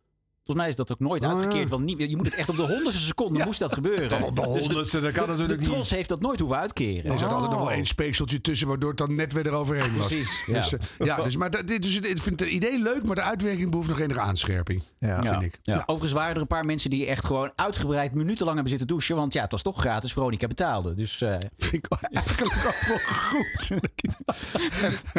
[SPEAKER 3] Volgens mij is dat ook nooit uitgekeerd. Want niet, je moet het echt op de honderdste seconde moest dat gebeuren.
[SPEAKER 2] Tot op de honderdste, dat kan
[SPEAKER 3] de,
[SPEAKER 2] natuurlijk
[SPEAKER 3] de
[SPEAKER 2] niet.
[SPEAKER 3] Tros heeft dat nooit hoeven uitkeren.
[SPEAKER 2] Er zat altijd nog wel één speekseltje tussen, waardoor het dan net weer eroverheen was.
[SPEAKER 3] Precies,
[SPEAKER 2] Dus,
[SPEAKER 3] ja.
[SPEAKER 2] eh, ja, dus, maar dat, dit- dus, ik vind het idee leuk, maar de uitwerking behoeft nog enige aanscherping. Vind ik.
[SPEAKER 3] Ja. Overigens waren er een paar mensen die echt gewoon uitgebreid minutenlang hebben zitten douchen. Want ja, het was toch gratis. Veronica betaalde. Dus eh,
[SPEAKER 2] Eigenlijk ook wel goed.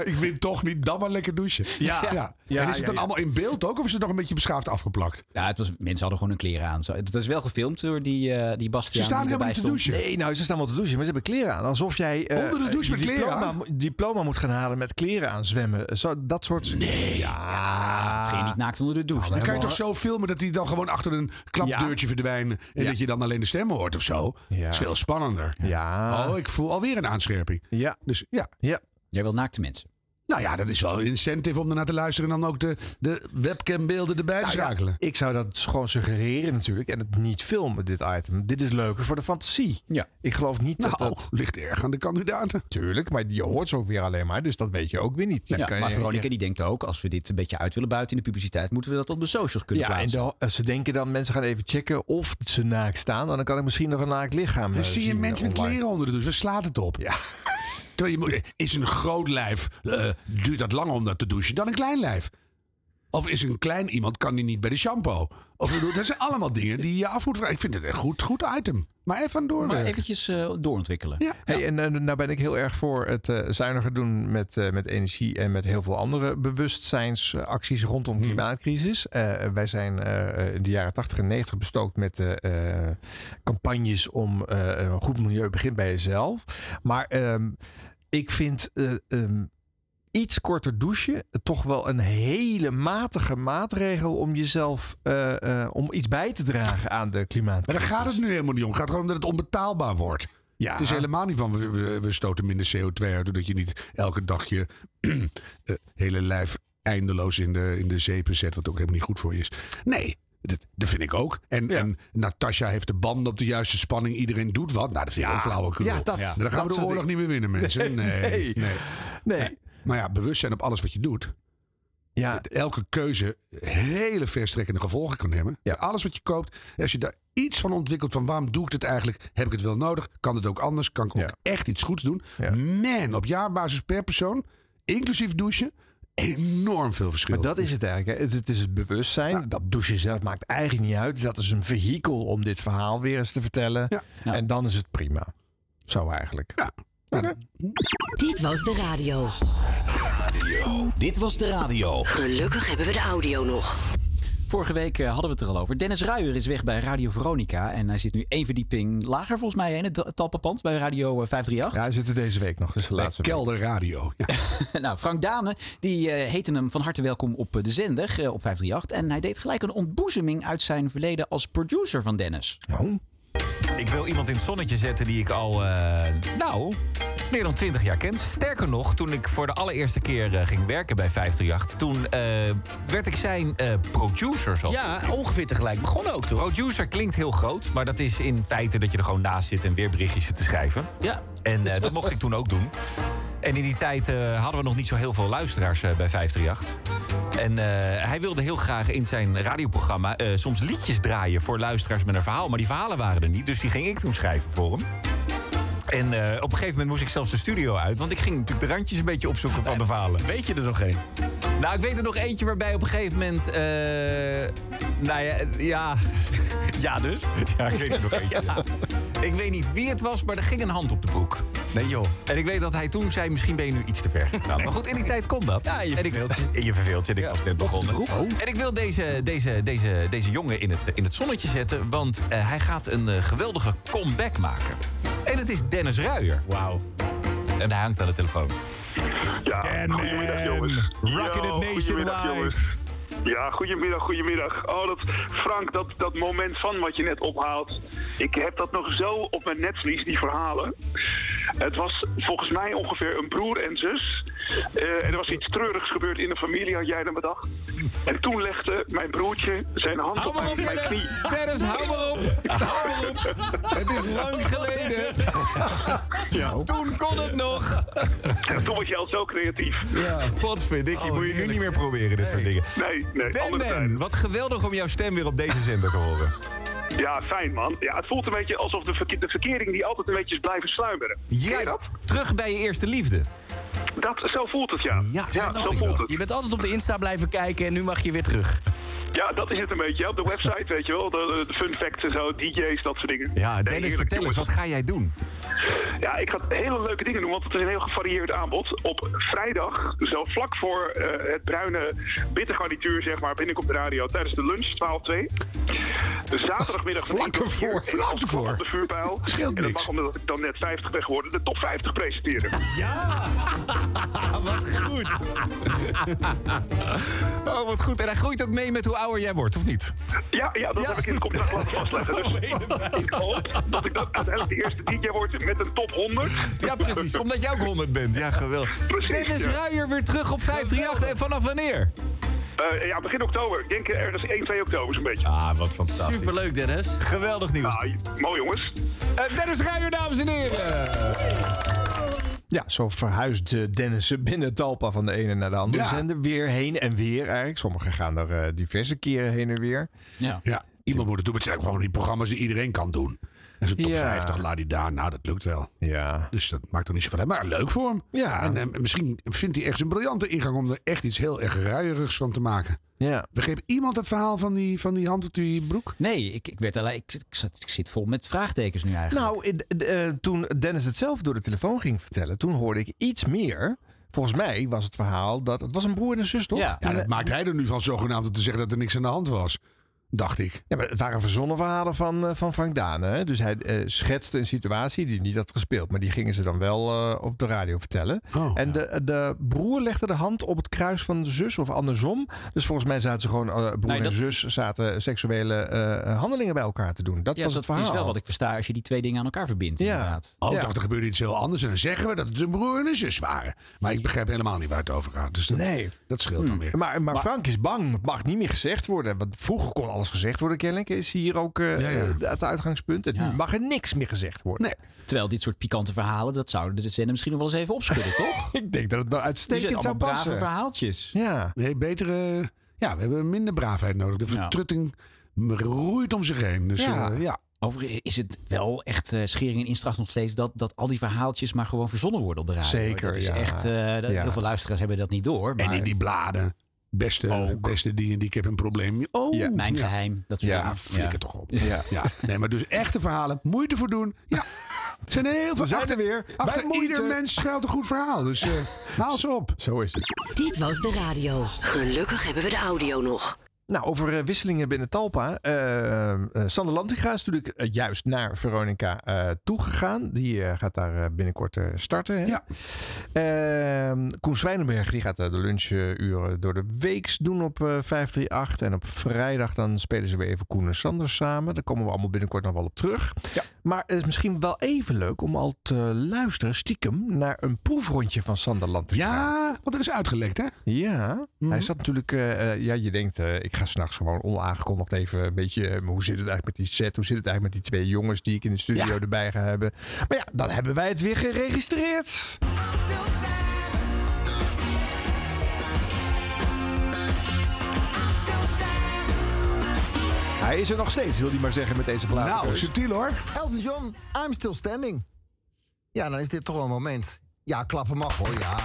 [SPEAKER 2] ik vind toch niet, dan maar lekker douchen.
[SPEAKER 3] Ja.
[SPEAKER 2] ja.
[SPEAKER 3] Ja,
[SPEAKER 2] en
[SPEAKER 3] ja,
[SPEAKER 2] is het dan
[SPEAKER 3] ja.
[SPEAKER 2] allemaal in beeld ook, of is het nog een beetje beschaafd afgeplakt?
[SPEAKER 3] ja, het was, mensen hadden gewoon hun kleren aan. Zo, Het is wel gefilmd door die, eh, die Bastiaan.
[SPEAKER 1] Ze staan
[SPEAKER 3] die
[SPEAKER 1] helemaal
[SPEAKER 3] erbij
[SPEAKER 1] niet te
[SPEAKER 3] stond.
[SPEAKER 1] douchen. Nee, nou, ze staan wel te douchen, maar ze hebben kleren aan. Alsof jij eh,
[SPEAKER 2] Onder de douche
[SPEAKER 1] je
[SPEAKER 2] met kleren
[SPEAKER 1] diploma,
[SPEAKER 2] aan?
[SPEAKER 1] diploma moet gaan halen met kleren aan zwemmen. Zo, dat soort... Nee. Ja.
[SPEAKER 3] Het ging niet naakt onder de douche.
[SPEAKER 1] Nou,
[SPEAKER 2] Dan kan je toch zo filmen dat die dan gewoon achter een klapdeurtje verdwijnen. En dat je dan alleen de stemmen hoort of zo. Dat is veel spannender.
[SPEAKER 1] Ja.
[SPEAKER 2] Oh, ik voel alweer een aanscherping.
[SPEAKER 1] Ja.
[SPEAKER 2] Dus ja.
[SPEAKER 1] ja.
[SPEAKER 3] Jij wil naakte mensen.
[SPEAKER 2] Nou ja, dat is wel een incentive om ernaar te luisteren. En dan ook de, de webcambeelden erbij te
[SPEAKER 1] Nou ja,
[SPEAKER 2] schakelen.
[SPEAKER 1] ik zou dat gewoon suggereren natuurlijk. En het niet filmen, dit item. Dit is leuker voor de fantasie.
[SPEAKER 3] Ja.
[SPEAKER 1] Ik geloof niet dat
[SPEAKER 2] Nou,
[SPEAKER 1] dat...
[SPEAKER 2] ligt erg aan de kandidaten.
[SPEAKER 1] Tuurlijk, maar je hoort ze ook weer alleen maar. Dus dat weet je ook weer niet. Dan
[SPEAKER 3] Ja,
[SPEAKER 1] kan
[SPEAKER 3] maar
[SPEAKER 1] je-
[SPEAKER 3] Veronica die denkt ook, als we dit een beetje uit willen buiten in de publiciteit, moeten we dat op de socials kunnen
[SPEAKER 1] Ja, en
[SPEAKER 3] plaatsen.
[SPEAKER 1] dan- als ze denken dan, mensen gaan even checken of ze naakt staan. En dan kan ik misschien nog een naakt lichaam
[SPEAKER 2] Dan
[SPEAKER 1] eh,
[SPEAKER 2] zie je
[SPEAKER 1] zien
[SPEAKER 2] mensen met
[SPEAKER 1] online.
[SPEAKER 2] kleren onder de douche. Waar slaat het op?
[SPEAKER 1] Ja.
[SPEAKER 2] Terwijl je moet- is een groot lijf, eh, duurt dat langer om dat te douchen dan een klein lijf? Of is een klein iemand, kan die niet bij de shampoo? Of, ik bedoel, dat zijn allemaal dingen die je af moet vragen. Ik vind het een goed, goed item. Maar even aan
[SPEAKER 3] Maar
[SPEAKER 2] doorwerken.
[SPEAKER 3] eventjes eh, doorontwikkelen.
[SPEAKER 1] Hey, en eh, nou ben ik heel erg voor het eh, zuiniger doen met, eh, met energie en met heel veel andere bewustzijnsacties rondom
[SPEAKER 2] Hmm.
[SPEAKER 1] de klimaatcrisis. Eh, wij zijn eh, in de jaren 80 en 90 bestookt met eh, eh, campagnes om eh, een goed milieu begint bij jezelf. Maar ehm, ik vind eh, ehm, iets korter douchen toch wel een hele matige maatregel om jezelf eh, eh, om iets bij te dragen aan de klimaat.
[SPEAKER 2] Maar daar gaat het nu helemaal niet om. Het gaat gewoon om dat het onbetaalbaar wordt.
[SPEAKER 1] Ja.
[SPEAKER 2] Het is helemaal niet van we, we- we stoten minder CO2 uit. Doordat je niet elke dag je eh, hele lijf eindeloos in de, in de zeepen zet. Wat ook helemaal niet goed voor je is. Nee. Dat, dat vind ik ook. En, en Natasja heeft de banden op de juiste spanning. Iedereen doet wat. Nou, dat vind ik
[SPEAKER 1] Ja.
[SPEAKER 2] ook flauwekul.
[SPEAKER 1] Ja, dat-
[SPEAKER 2] Dan gaan
[SPEAKER 1] dat
[SPEAKER 2] we de
[SPEAKER 1] soort
[SPEAKER 2] oorlog niet
[SPEAKER 1] dingen.
[SPEAKER 2] meer winnen, mensen.
[SPEAKER 1] Nee,
[SPEAKER 2] Nee.
[SPEAKER 1] nee. Nee.
[SPEAKER 2] Maar ja, bewustzijn op alles wat je doet.
[SPEAKER 1] Ja.
[SPEAKER 2] Dat elke keuze hele verstrekkende gevolgen kan hebben. Alles wat je koopt, als je daar iets van ontwikkelt van waarom doe ik dit eigenlijk? Heb ik het wel nodig? Kan het ook anders? Kan ik ook echt iets goeds doen? Man, op jaarbasis per persoon, inclusief douchen, enorm veel verschil.
[SPEAKER 1] Maar dat is het eigenlijk. hè. Het, het is het bewustzijn. Dat douche zelf maakt eigenlijk niet uit. Dat is een vehikel om dit verhaal weer eens te vertellen. En dan is het prima. Zo eigenlijk.
[SPEAKER 4] Dit was de radio.
[SPEAKER 7] Dit was de radio.
[SPEAKER 4] Gelukkig hebben we de audio nog.
[SPEAKER 3] Vorige week eh, hadden we het er al over. Dennis Ruijer is weg bij Radio Veronica. En hij zit nu één verdieping lager volgens mij in het da- talpapand bij Radio eh, 538.
[SPEAKER 1] Ja, hij zit er deze week nog. Dus de laatste week.
[SPEAKER 2] Kelder Radio.
[SPEAKER 3] nou, Frank Dane, die eh heette hem van harte welkom op eh, de zender eh, op 538. En hij deed gelijk een ontboezeming uit zijn verleden als producer van Dennis.
[SPEAKER 1] Oh,
[SPEAKER 5] Ik wil iemand in het zonnetje zetten die ik al, eh, nou, meer dan 20 jaar ken. Sterker nog, toen ik voor de allereerste keer eh, ging werken bij 538... toen eh, werd ik zijn eh, producer. Zo.
[SPEAKER 14] Ja, ongeveer tegelijk begonnen ook toch?
[SPEAKER 5] Producer klinkt heel groot, maar dat is in feite dat je er gewoon naast zit... en weer berichtjes zit te schrijven.
[SPEAKER 14] Ja.
[SPEAKER 7] En eh, dat mocht ik toen ook doen. En in die tijd eh, hadden we nog niet zo heel veel luisteraars eh, bij 538. En eh, hij wilde heel graag in zijn radioprogramma eh, soms liedjes draaien voor luisteraars met een verhaal. Maar die verhalen waren er niet, dus die ging ik toen schrijven voor hem. En eh, op een gegeven moment moest ik zelfs de studio uit. Want ik ging natuurlijk de randjes een beetje opzoeken van de verhalen. Eh, Weet je er nog één? Nou, ik weet er nog eentje waarbij op een gegeven moment... eh, nou ja, ja... Ja dus? Ja, ik weet er nog eentje. Ik weet niet wie het was, maar er ging een hand op de broek. Nee joh. En ik weet dat hij toen zei, misschien ben je nu iets te ver gegaan. Maar goed, in die tijd kon dat. Ja, je verveelt je. je verveelt je, en ik was net begonnen. Oh. En ik wil deze, deze, deze, deze jongen in het, in het zonnetje zetten... want eh, hij gaat een eh, geweldige comeback maken. En het is Dennis Ruijer. Wauw. En hij hangt aan de telefoon.
[SPEAKER 12] Ja, goedemiddag jongens.
[SPEAKER 7] Rockin'
[SPEAKER 12] Yo,
[SPEAKER 7] it
[SPEAKER 12] goedemiddag,
[SPEAKER 7] nationwide.
[SPEAKER 12] jongens. Ja, goedemiddag, goedemiddag. Oh, dat, Frank, dat, dat moment van wat je net ophaalt. Ik heb dat nog zo op mijn netvlies, die verhalen. Het was volgens mij ongeveer een broer en zus. Eh, en er was iets treurigs gebeurd in de familie, had jij dan bedacht. En toen legde mijn broertje zijn hand op mijn, mijn knie.
[SPEAKER 7] Dennis, hou maar op. Hou maar op. Het is lang geleden. Toen kon het nog.
[SPEAKER 12] En toen was je al zo creatief.
[SPEAKER 7] Ja. Potverdikkie, moet je nu niet meer proberen, dit soort dingen.
[SPEAKER 12] Nee, nee.
[SPEAKER 7] Ben,
[SPEAKER 12] andere
[SPEAKER 7] ben, wat geweldig om jouw stem weer op deze zender te horen.
[SPEAKER 12] Ja, fijn man. Ja, het voelt een beetje alsof de, verke- de verkering die altijd een beetje is blijven sluimeren.
[SPEAKER 7] Jij terug bij je eerste liefde.
[SPEAKER 12] Dat, zo voelt het ja.
[SPEAKER 14] Ja, nou?
[SPEAKER 12] zo voelt het.
[SPEAKER 14] Je bent altijd op de Insta blijven kijken en nu mag je weer terug.
[SPEAKER 12] Ja, dat is het een beetje. ja. Op de website, weet je wel. De, de fun facts en zo, DJ's, dat soort dingen.
[SPEAKER 7] Ja,
[SPEAKER 12] Nee,
[SPEAKER 7] Dennis,
[SPEAKER 12] heerlijk,
[SPEAKER 7] vertel eens,
[SPEAKER 12] jongens.
[SPEAKER 7] wat ga jij doen?
[SPEAKER 12] Ja, ik ga hele leuke dingen doen, want het is een heel gevarieerd aanbod. Op vrijdag, zo vlak voor eh, het bruine bittergarnituur, zeg maar, ben ik op de radio tijdens de lunch, 12-2. Zaterdagmiddag van
[SPEAKER 2] Vlak
[SPEAKER 12] 1 tot 4,
[SPEAKER 2] ervoor,
[SPEAKER 12] in
[SPEAKER 2] vlak
[SPEAKER 12] Amsterdam
[SPEAKER 2] ervoor.
[SPEAKER 12] op de vuurpijl.
[SPEAKER 2] Scheelt
[SPEAKER 12] en dat
[SPEAKER 2] niks.
[SPEAKER 12] mag omdat ik dan net 50 ben geworden, de top 50 presenteren.
[SPEAKER 7] Ja!
[SPEAKER 14] Ah,
[SPEAKER 7] wat goed! oh, wat goed. En hij groeit ook mee met hoe ouder jij wordt, of niet?
[SPEAKER 12] Ja, ja dat heb ik in de contract laten vastleggen. Dus ik hoop dat ik dat uiteindelijk de eerste DJ word met een top 100.
[SPEAKER 7] Ja, precies. Omdat jij ook 100 bent. Ja, geweldig. Dennis
[SPEAKER 12] ja.
[SPEAKER 7] Ruijer weer terug op 538. En vanaf wanneer?
[SPEAKER 12] Eh, ja, begin oktober. Ik denk eh, ergens 1, 2 oktober zo'n beetje. Ah,
[SPEAKER 7] Ah, wat fantastisch.
[SPEAKER 14] Superleuk, Dennis.
[SPEAKER 7] Geweldig nieuws. Eh,
[SPEAKER 12] mooi jongens.
[SPEAKER 7] Dennis Ruijer, dames en heren.
[SPEAKER 1] Ja, zo verhuist eh, Dennis binnen Talpa van de ene naar de andere
[SPEAKER 2] Ja.
[SPEAKER 1] zender. Weer heen en weer eigenlijk. Sommigen gaan er eh, diverse keren heen en weer.
[SPEAKER 3] Ja.
[SPEAKER 2] ja, iemand moet het doen. Maar het zijn ook gewoon die programma's die iedereen kan doen. En zo'n top
[SPEAKER 1] Ja.
[SPEAKER 2] 50, laat die daar. Nou, dat lukt wel.
[SPEAKER 1] Ja.
[SPEAKER 2] Dus dat maakt toch niet zoveel uit. Maar leuk voor hem.
[SPEAKER 1] Ja.
[SPEAKER 2] En eh, misschien vindt hij echt een briljante ingang om er echt iets heel erg ruierigs van te maken.
[SPEAKER 1] Ja.
[SPEAKER 2] Begreep iemand het verhaal van die, van die hand op die broek?
[SPEAKER 3] Nee, ik, ik, werd alleen, ik, ik, zat, ik zit vol met vraagtekens nu eigenlijk.
[SPEAKER 1] Nou, eh, d- eh, toen Dennis het zelf door de telefoon ging vertellen, toen hoorde ik iets meer. Volgens mij was het verhaal dat het was een broer en een zus, toch? eh,
[SPEAKER 2] Ja, dat maakt hij er nu van zogenaamd om te zeggen dat er niks aan de hand was. Dacht ik.
[SPEAKER 1] Ja, maar het waren verzonnen verhalen van, eh, van Frank Dane. Hè? Dus hij eh, schetste een situatie die hij niet had gespeeld. Maar die gingen ze dan wel eh, op de radio vertellen.
[SPEAKER 2] Oh,
[SPEAKER 1] en de, de broer legde de hand op het kruis van de zus of andersom. Dus volgens mij zaten ze gewoon, eh, broer
[SPEAKER 3] Nee,
[SPEAKER 1] en
[SPEAKER 3] dat-
[SPEAKER 1] zus zaten seksuele eh, handelingen bij elkaar te doen. Dat
[SPEAKER 3] ja,
[SPEAKER 1] was
[SPEAKER 3] dat
[SPEAKER 1] het verhaal.
[SPEAKER 3] is wel wat ik versta als je die twee dingen aan elkaar verbindt, inderdaad.
[SPEAKER 2] Oh, ik dacht, er gebeurde iets heel anders. En dan zeggen we dat het een broer en een zus waren. Maar ik begrijp helemaal niet waar het over gaat. Dus dat,
[SPEAKER 1] Nee. Hmm.
[SPEAKER 2] dat scheelt dan weer.
[SPEAKER 1] Maar, maar, Frank is bang. Het mag niet meer gezegd worden. Want vroeger kon alles gezegd worden, kennelijk. Is hier ook eh,
[SPEAKER 2] Ja, ja.
[SPEAKER 1] het uitgangspunt. En nu mag er niks meer gezegd worden.
[SPEAKER 3] Terwijl dit soort pikante verhalen, dat zouden de zender misschien nog wel eens even opschudden, toch?
[SPEAKER 1] Ik denk dat het nou
[SPEAKER 3] Die Dus zijn
[SPEAKER 1] uitstekend zou
[SPEAKER 3] allemaal
[SPEAKER 1] passen.
[SPEAKER 3] brave verhaaltjes.
[SPEAKER 1] Ja.
[SPEAKER 2] Nee, betere. Ja, we hebben minder braafheid nodig. De vertrutting roeit om zich heen. Dus,
[SPEAKER 3] Ja.
[SPEAKER 2] ja. ja.
[SPEAKER 3] Overigens is het wel echt eh, schering en instracht nog steeds dat, dat al die verhaaltjes maar gewoon verzonnen worden op de radio.
[SPEAKER 2] Zeker,
[SPEAKER 3] Dat is
[SPEAKER 2] ja.
[SPEAKER 3] echt, eh, dat-
[SPEAKER 2] Ja.
[SPEAKER 3] heel veel luisteraars hebben dat niet door. Maar
[SPEAKER 2] En in die bladen. Beste, beste die en die, ik heb een probleem. Oh,
[SPEAKER 3] Ja. Mijn geheim, dat soort
[SPEAKER 2] ja,
[SPEAKER 3] dingen.
[SPEAKER 2] flikker
[SPEAKER 3] Ja.
[SPEAKER 2] toch op.
[SPEAKER 3] Ja.
[SPEAKER 2] Ja. Nee, maar dus echte verhalen, moeite voor doen. Ja, er zijn heel veel.
[SPEAKER 1] zijn
[SPEAKER 2] achter,
[SPEAKER 1] er weer.
[SPEAKER 2] Achter
[SPEAKER 1] Bij moeite.
[SPEAKER 2] ieder mens schuilt een goed verhaal. Dus eh, haal ze op.
[SPEAKER 1] Zo is het.
[SPEAKER 4] Dit was de radio. Gelukkig hebben we de audio nog.
[SPEAKER 1] Nou, over eh, wisselingen binnen Talpa. eh, eh, Sander Lantinga is natuurlijk eh, juist naar Veronica eh, toegegaan. Die eh, gaat daar eh, binnenkort eh, starten. Hè? Ja. Koen Zwijnenberg die gaat eh, de lunchuren door de weeks doen op eh, 538. En op vrijdag dan spelen ze weer even Koen en Sander samen. Daar komen we allemaal binnenkort nog wel op terug. Maar het is misschien wel even leuk om al te luisteren, stiekem, naar een proefrondje van Sanderland. Ja,
[SPEAKER 2] want er is uitgelekt, hè? Mhm.
[SPEAKER 1] Ja. Hij zat natuurlijk, eh, eh, ja, je denkt, eh, ik ga s'nachts gewoon onaangekondigd even een beetje, eh, hoe zit het eigenlijk met die set? Hoe zit het eigenlijk met die twee jongens die ik in de studio erbij ga hebben? Maar ja, dan hebben wij het weer geregistreerd. Hij is er nog steeds, wil hij maar zeggen met deze plaat.
[SPEAKER 2] Nou, subtiel hoor.
[SPEAKER 13] Elton John, I'm still standing. Ja, dan is dit toch wel een moment. Ja, klappen mag hoor, ja.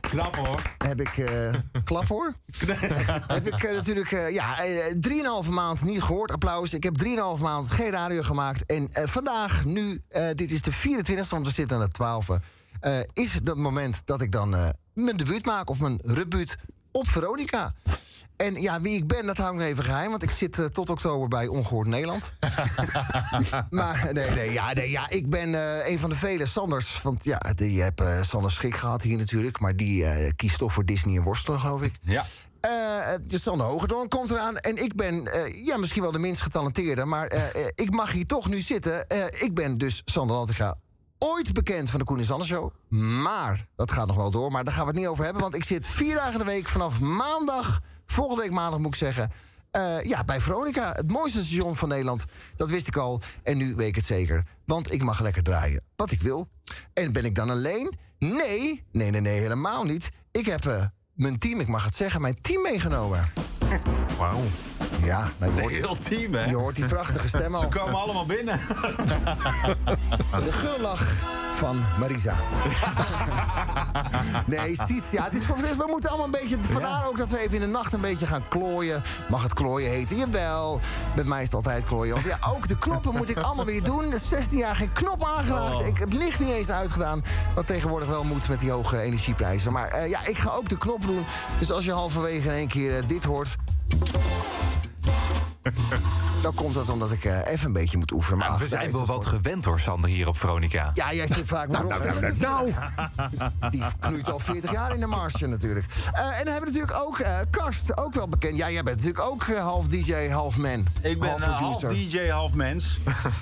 [SPEAKER 8] Knap hoor.
[SPEAKER 13] Heb ik eh, klap hoor? heb ik eh, natuurlijk eh, ja, eh, drieënhalve maand niet gehoord. Applaus. Ik heb drieënhalve maand geen radio gemaakt. En eh, vandaag, nu, eh, dit is de 24e, want we zitten aan de 12e. eh, is het moment dat ik dan eh, mijn debuut maak of mijn rebuut op Veronica. En ja, wie ik ben, dat hou ik even geheim. Want ik zit eh, tot oktober bij Ongehoord Nederland. maar nee, nee, ja, nee, ja, ik ben eh, een van de vele Sanders. Want ja, die heb eh Sander Schik gehad hier natuurlijk. Maar die eh, kiest toch voor Disney en worstelen, geloof ik.
[SPEAKER 8] Ja.
[SPEAKER 13] Eh, dus Sander Hogedorn komt eraan. En ik ben eh, ja, misschien wel de minst getalenteerde. Maar eh, eh, ik mag hier toch nu zitten. Eh, ik ben dus Sander Lantinga. Ooit bekend van de Koen en Sander Show. Maar, dat gaat nog wel door. Maar daar gaan we het niet over hebben. Want ik zit vier dagen in de week vanaf maandag. Volgende week maandag moet ik zeggen. eh, ja, bij Veronica. Het mooiste station van Nederland. Dat wist ik al. En nu weet ik het zeker. Want ik mag lekker draaien wat ik wil. En ben ik dan alleen? Nee, nee, nee, nee, helemaal niet. Ik heb eh, mijn team, ik mag het zeggen, mijn team meegenomen.
[SPEAKER 5] Wauw.
[SPEAKER 13] Ja, nou, je hoort,
[SPEAKER 5] Heel team, hè?
[SPEAKER 13] je hoort die prachtige stem al.
[SPEAKER 5] Ze komen allemaal binnen.
[SPEAKER 13] De gullach van Marisa. nee, Siets, ja, het is voor, dus we moeten allemaal een beetje... Vandaar ook dat we even in de nacht een beetje gaan klooien. Mag het klooien heten? Jawel. Met mij is het altijd klooien. Want ja, ook de knoppen moet ik allemaal weer doen. 16 jaar geen knop aangeraakt.
[SPEAKER 21] Oh.
[SPEAKER 13] Ik, het licht niet eens uitgedaan. Wat tegenwoordig wel moet met die hoge energieprijzen. Maar eh, ja, ik ga ook de knop doen. Dus als je halverwege in één keer eh, dit hoort... Dan komt dat omdat ik eh, even een beetje moet oefenen. Maar
[SPEAKER 21] Nou,
[SPEAKER 13] ach,
[SPEAKER 21] we
[SPEAKER 13] daar
[SPEAKER 21] zijn
[SPEAKER 13] is
[SPEAKER 21] wel
[SPEAKER 13] het
[SPEAKER 21] wat
[SPEAKER 13] voor.
[SPEAKER 21] gewend hoor, Sander, hier op Veronica.
[SPEAKER 13] Ja, jij zit vaak met Rob.
[SPEAKER 1] nou.
[SPEAKER 13] Die knoeit al 40 jaar in de marge natuurlijk. Eh, en dan hebben we natuurlijk ook eh Karst, ook wel bekend. Ja, jij bent natuurlijk ook eh, half DJ, half man.
[SPEAKER 22] Ik ben eh, half,
[SPEAKER 13] producer.
[SPEAKER 22] DJ, half mens.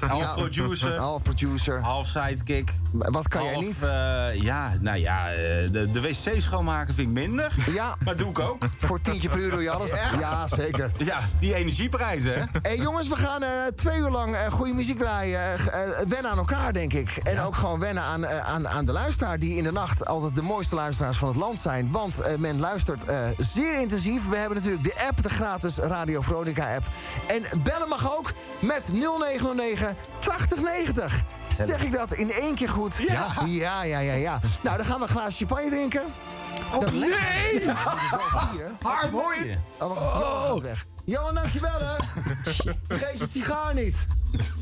[SPEAKER 22] Half
[SPEAKER 13] Ja.
[SPEAKER 22] producer.
[SPEAKER 13] Half producer.
[SPEAKER 22] Half sidekick.
[SPEAKER 13] Wat kan
[SPEAKER 22] half,
[SPEAKER 13] jij niet?
[SPEAKER 22] eh, ja, nou ja, eh, de, de wc schoonmaken vind ik minder.
[SPEAKER 13] Ja.
[SPEAKER 22] Maar doe ik ook.
[SPEAKER 13] Voor tientje per uur doe je alles.
[SPEAKER 22] Echt?
[SPEAKER 13] Ja, zeker.
[SPEAKER 22] Ja, die energieprijzen, hè?
[SPEAKER 13] Hé jongens, we gaan eh, twee uur lang eh, goede muziek draaien. Eh, eh, wennen aan elkaar, denk ik. En ook gewoon wennen aan, eh, aan, aan de luisteraar... die in de nacht altijd de mooiste luisteraars van het land zijn. Want eh, men luistert eh, zeer intensief. We hebben natuurlijk de app, de gratis Radio Veronica-app. En bellen mag ook met 0909 8090. Zeg ik dat in één keer goed? Ja. Ja, ja, ja, ja. Nou, dan gaan we een glaasje champagne drinken. Oh, nee! Harm, hoor je het? Oh, wacht, Johan gaat weg. Johan, dankjewel, hè. Vergeet je sigaar niet.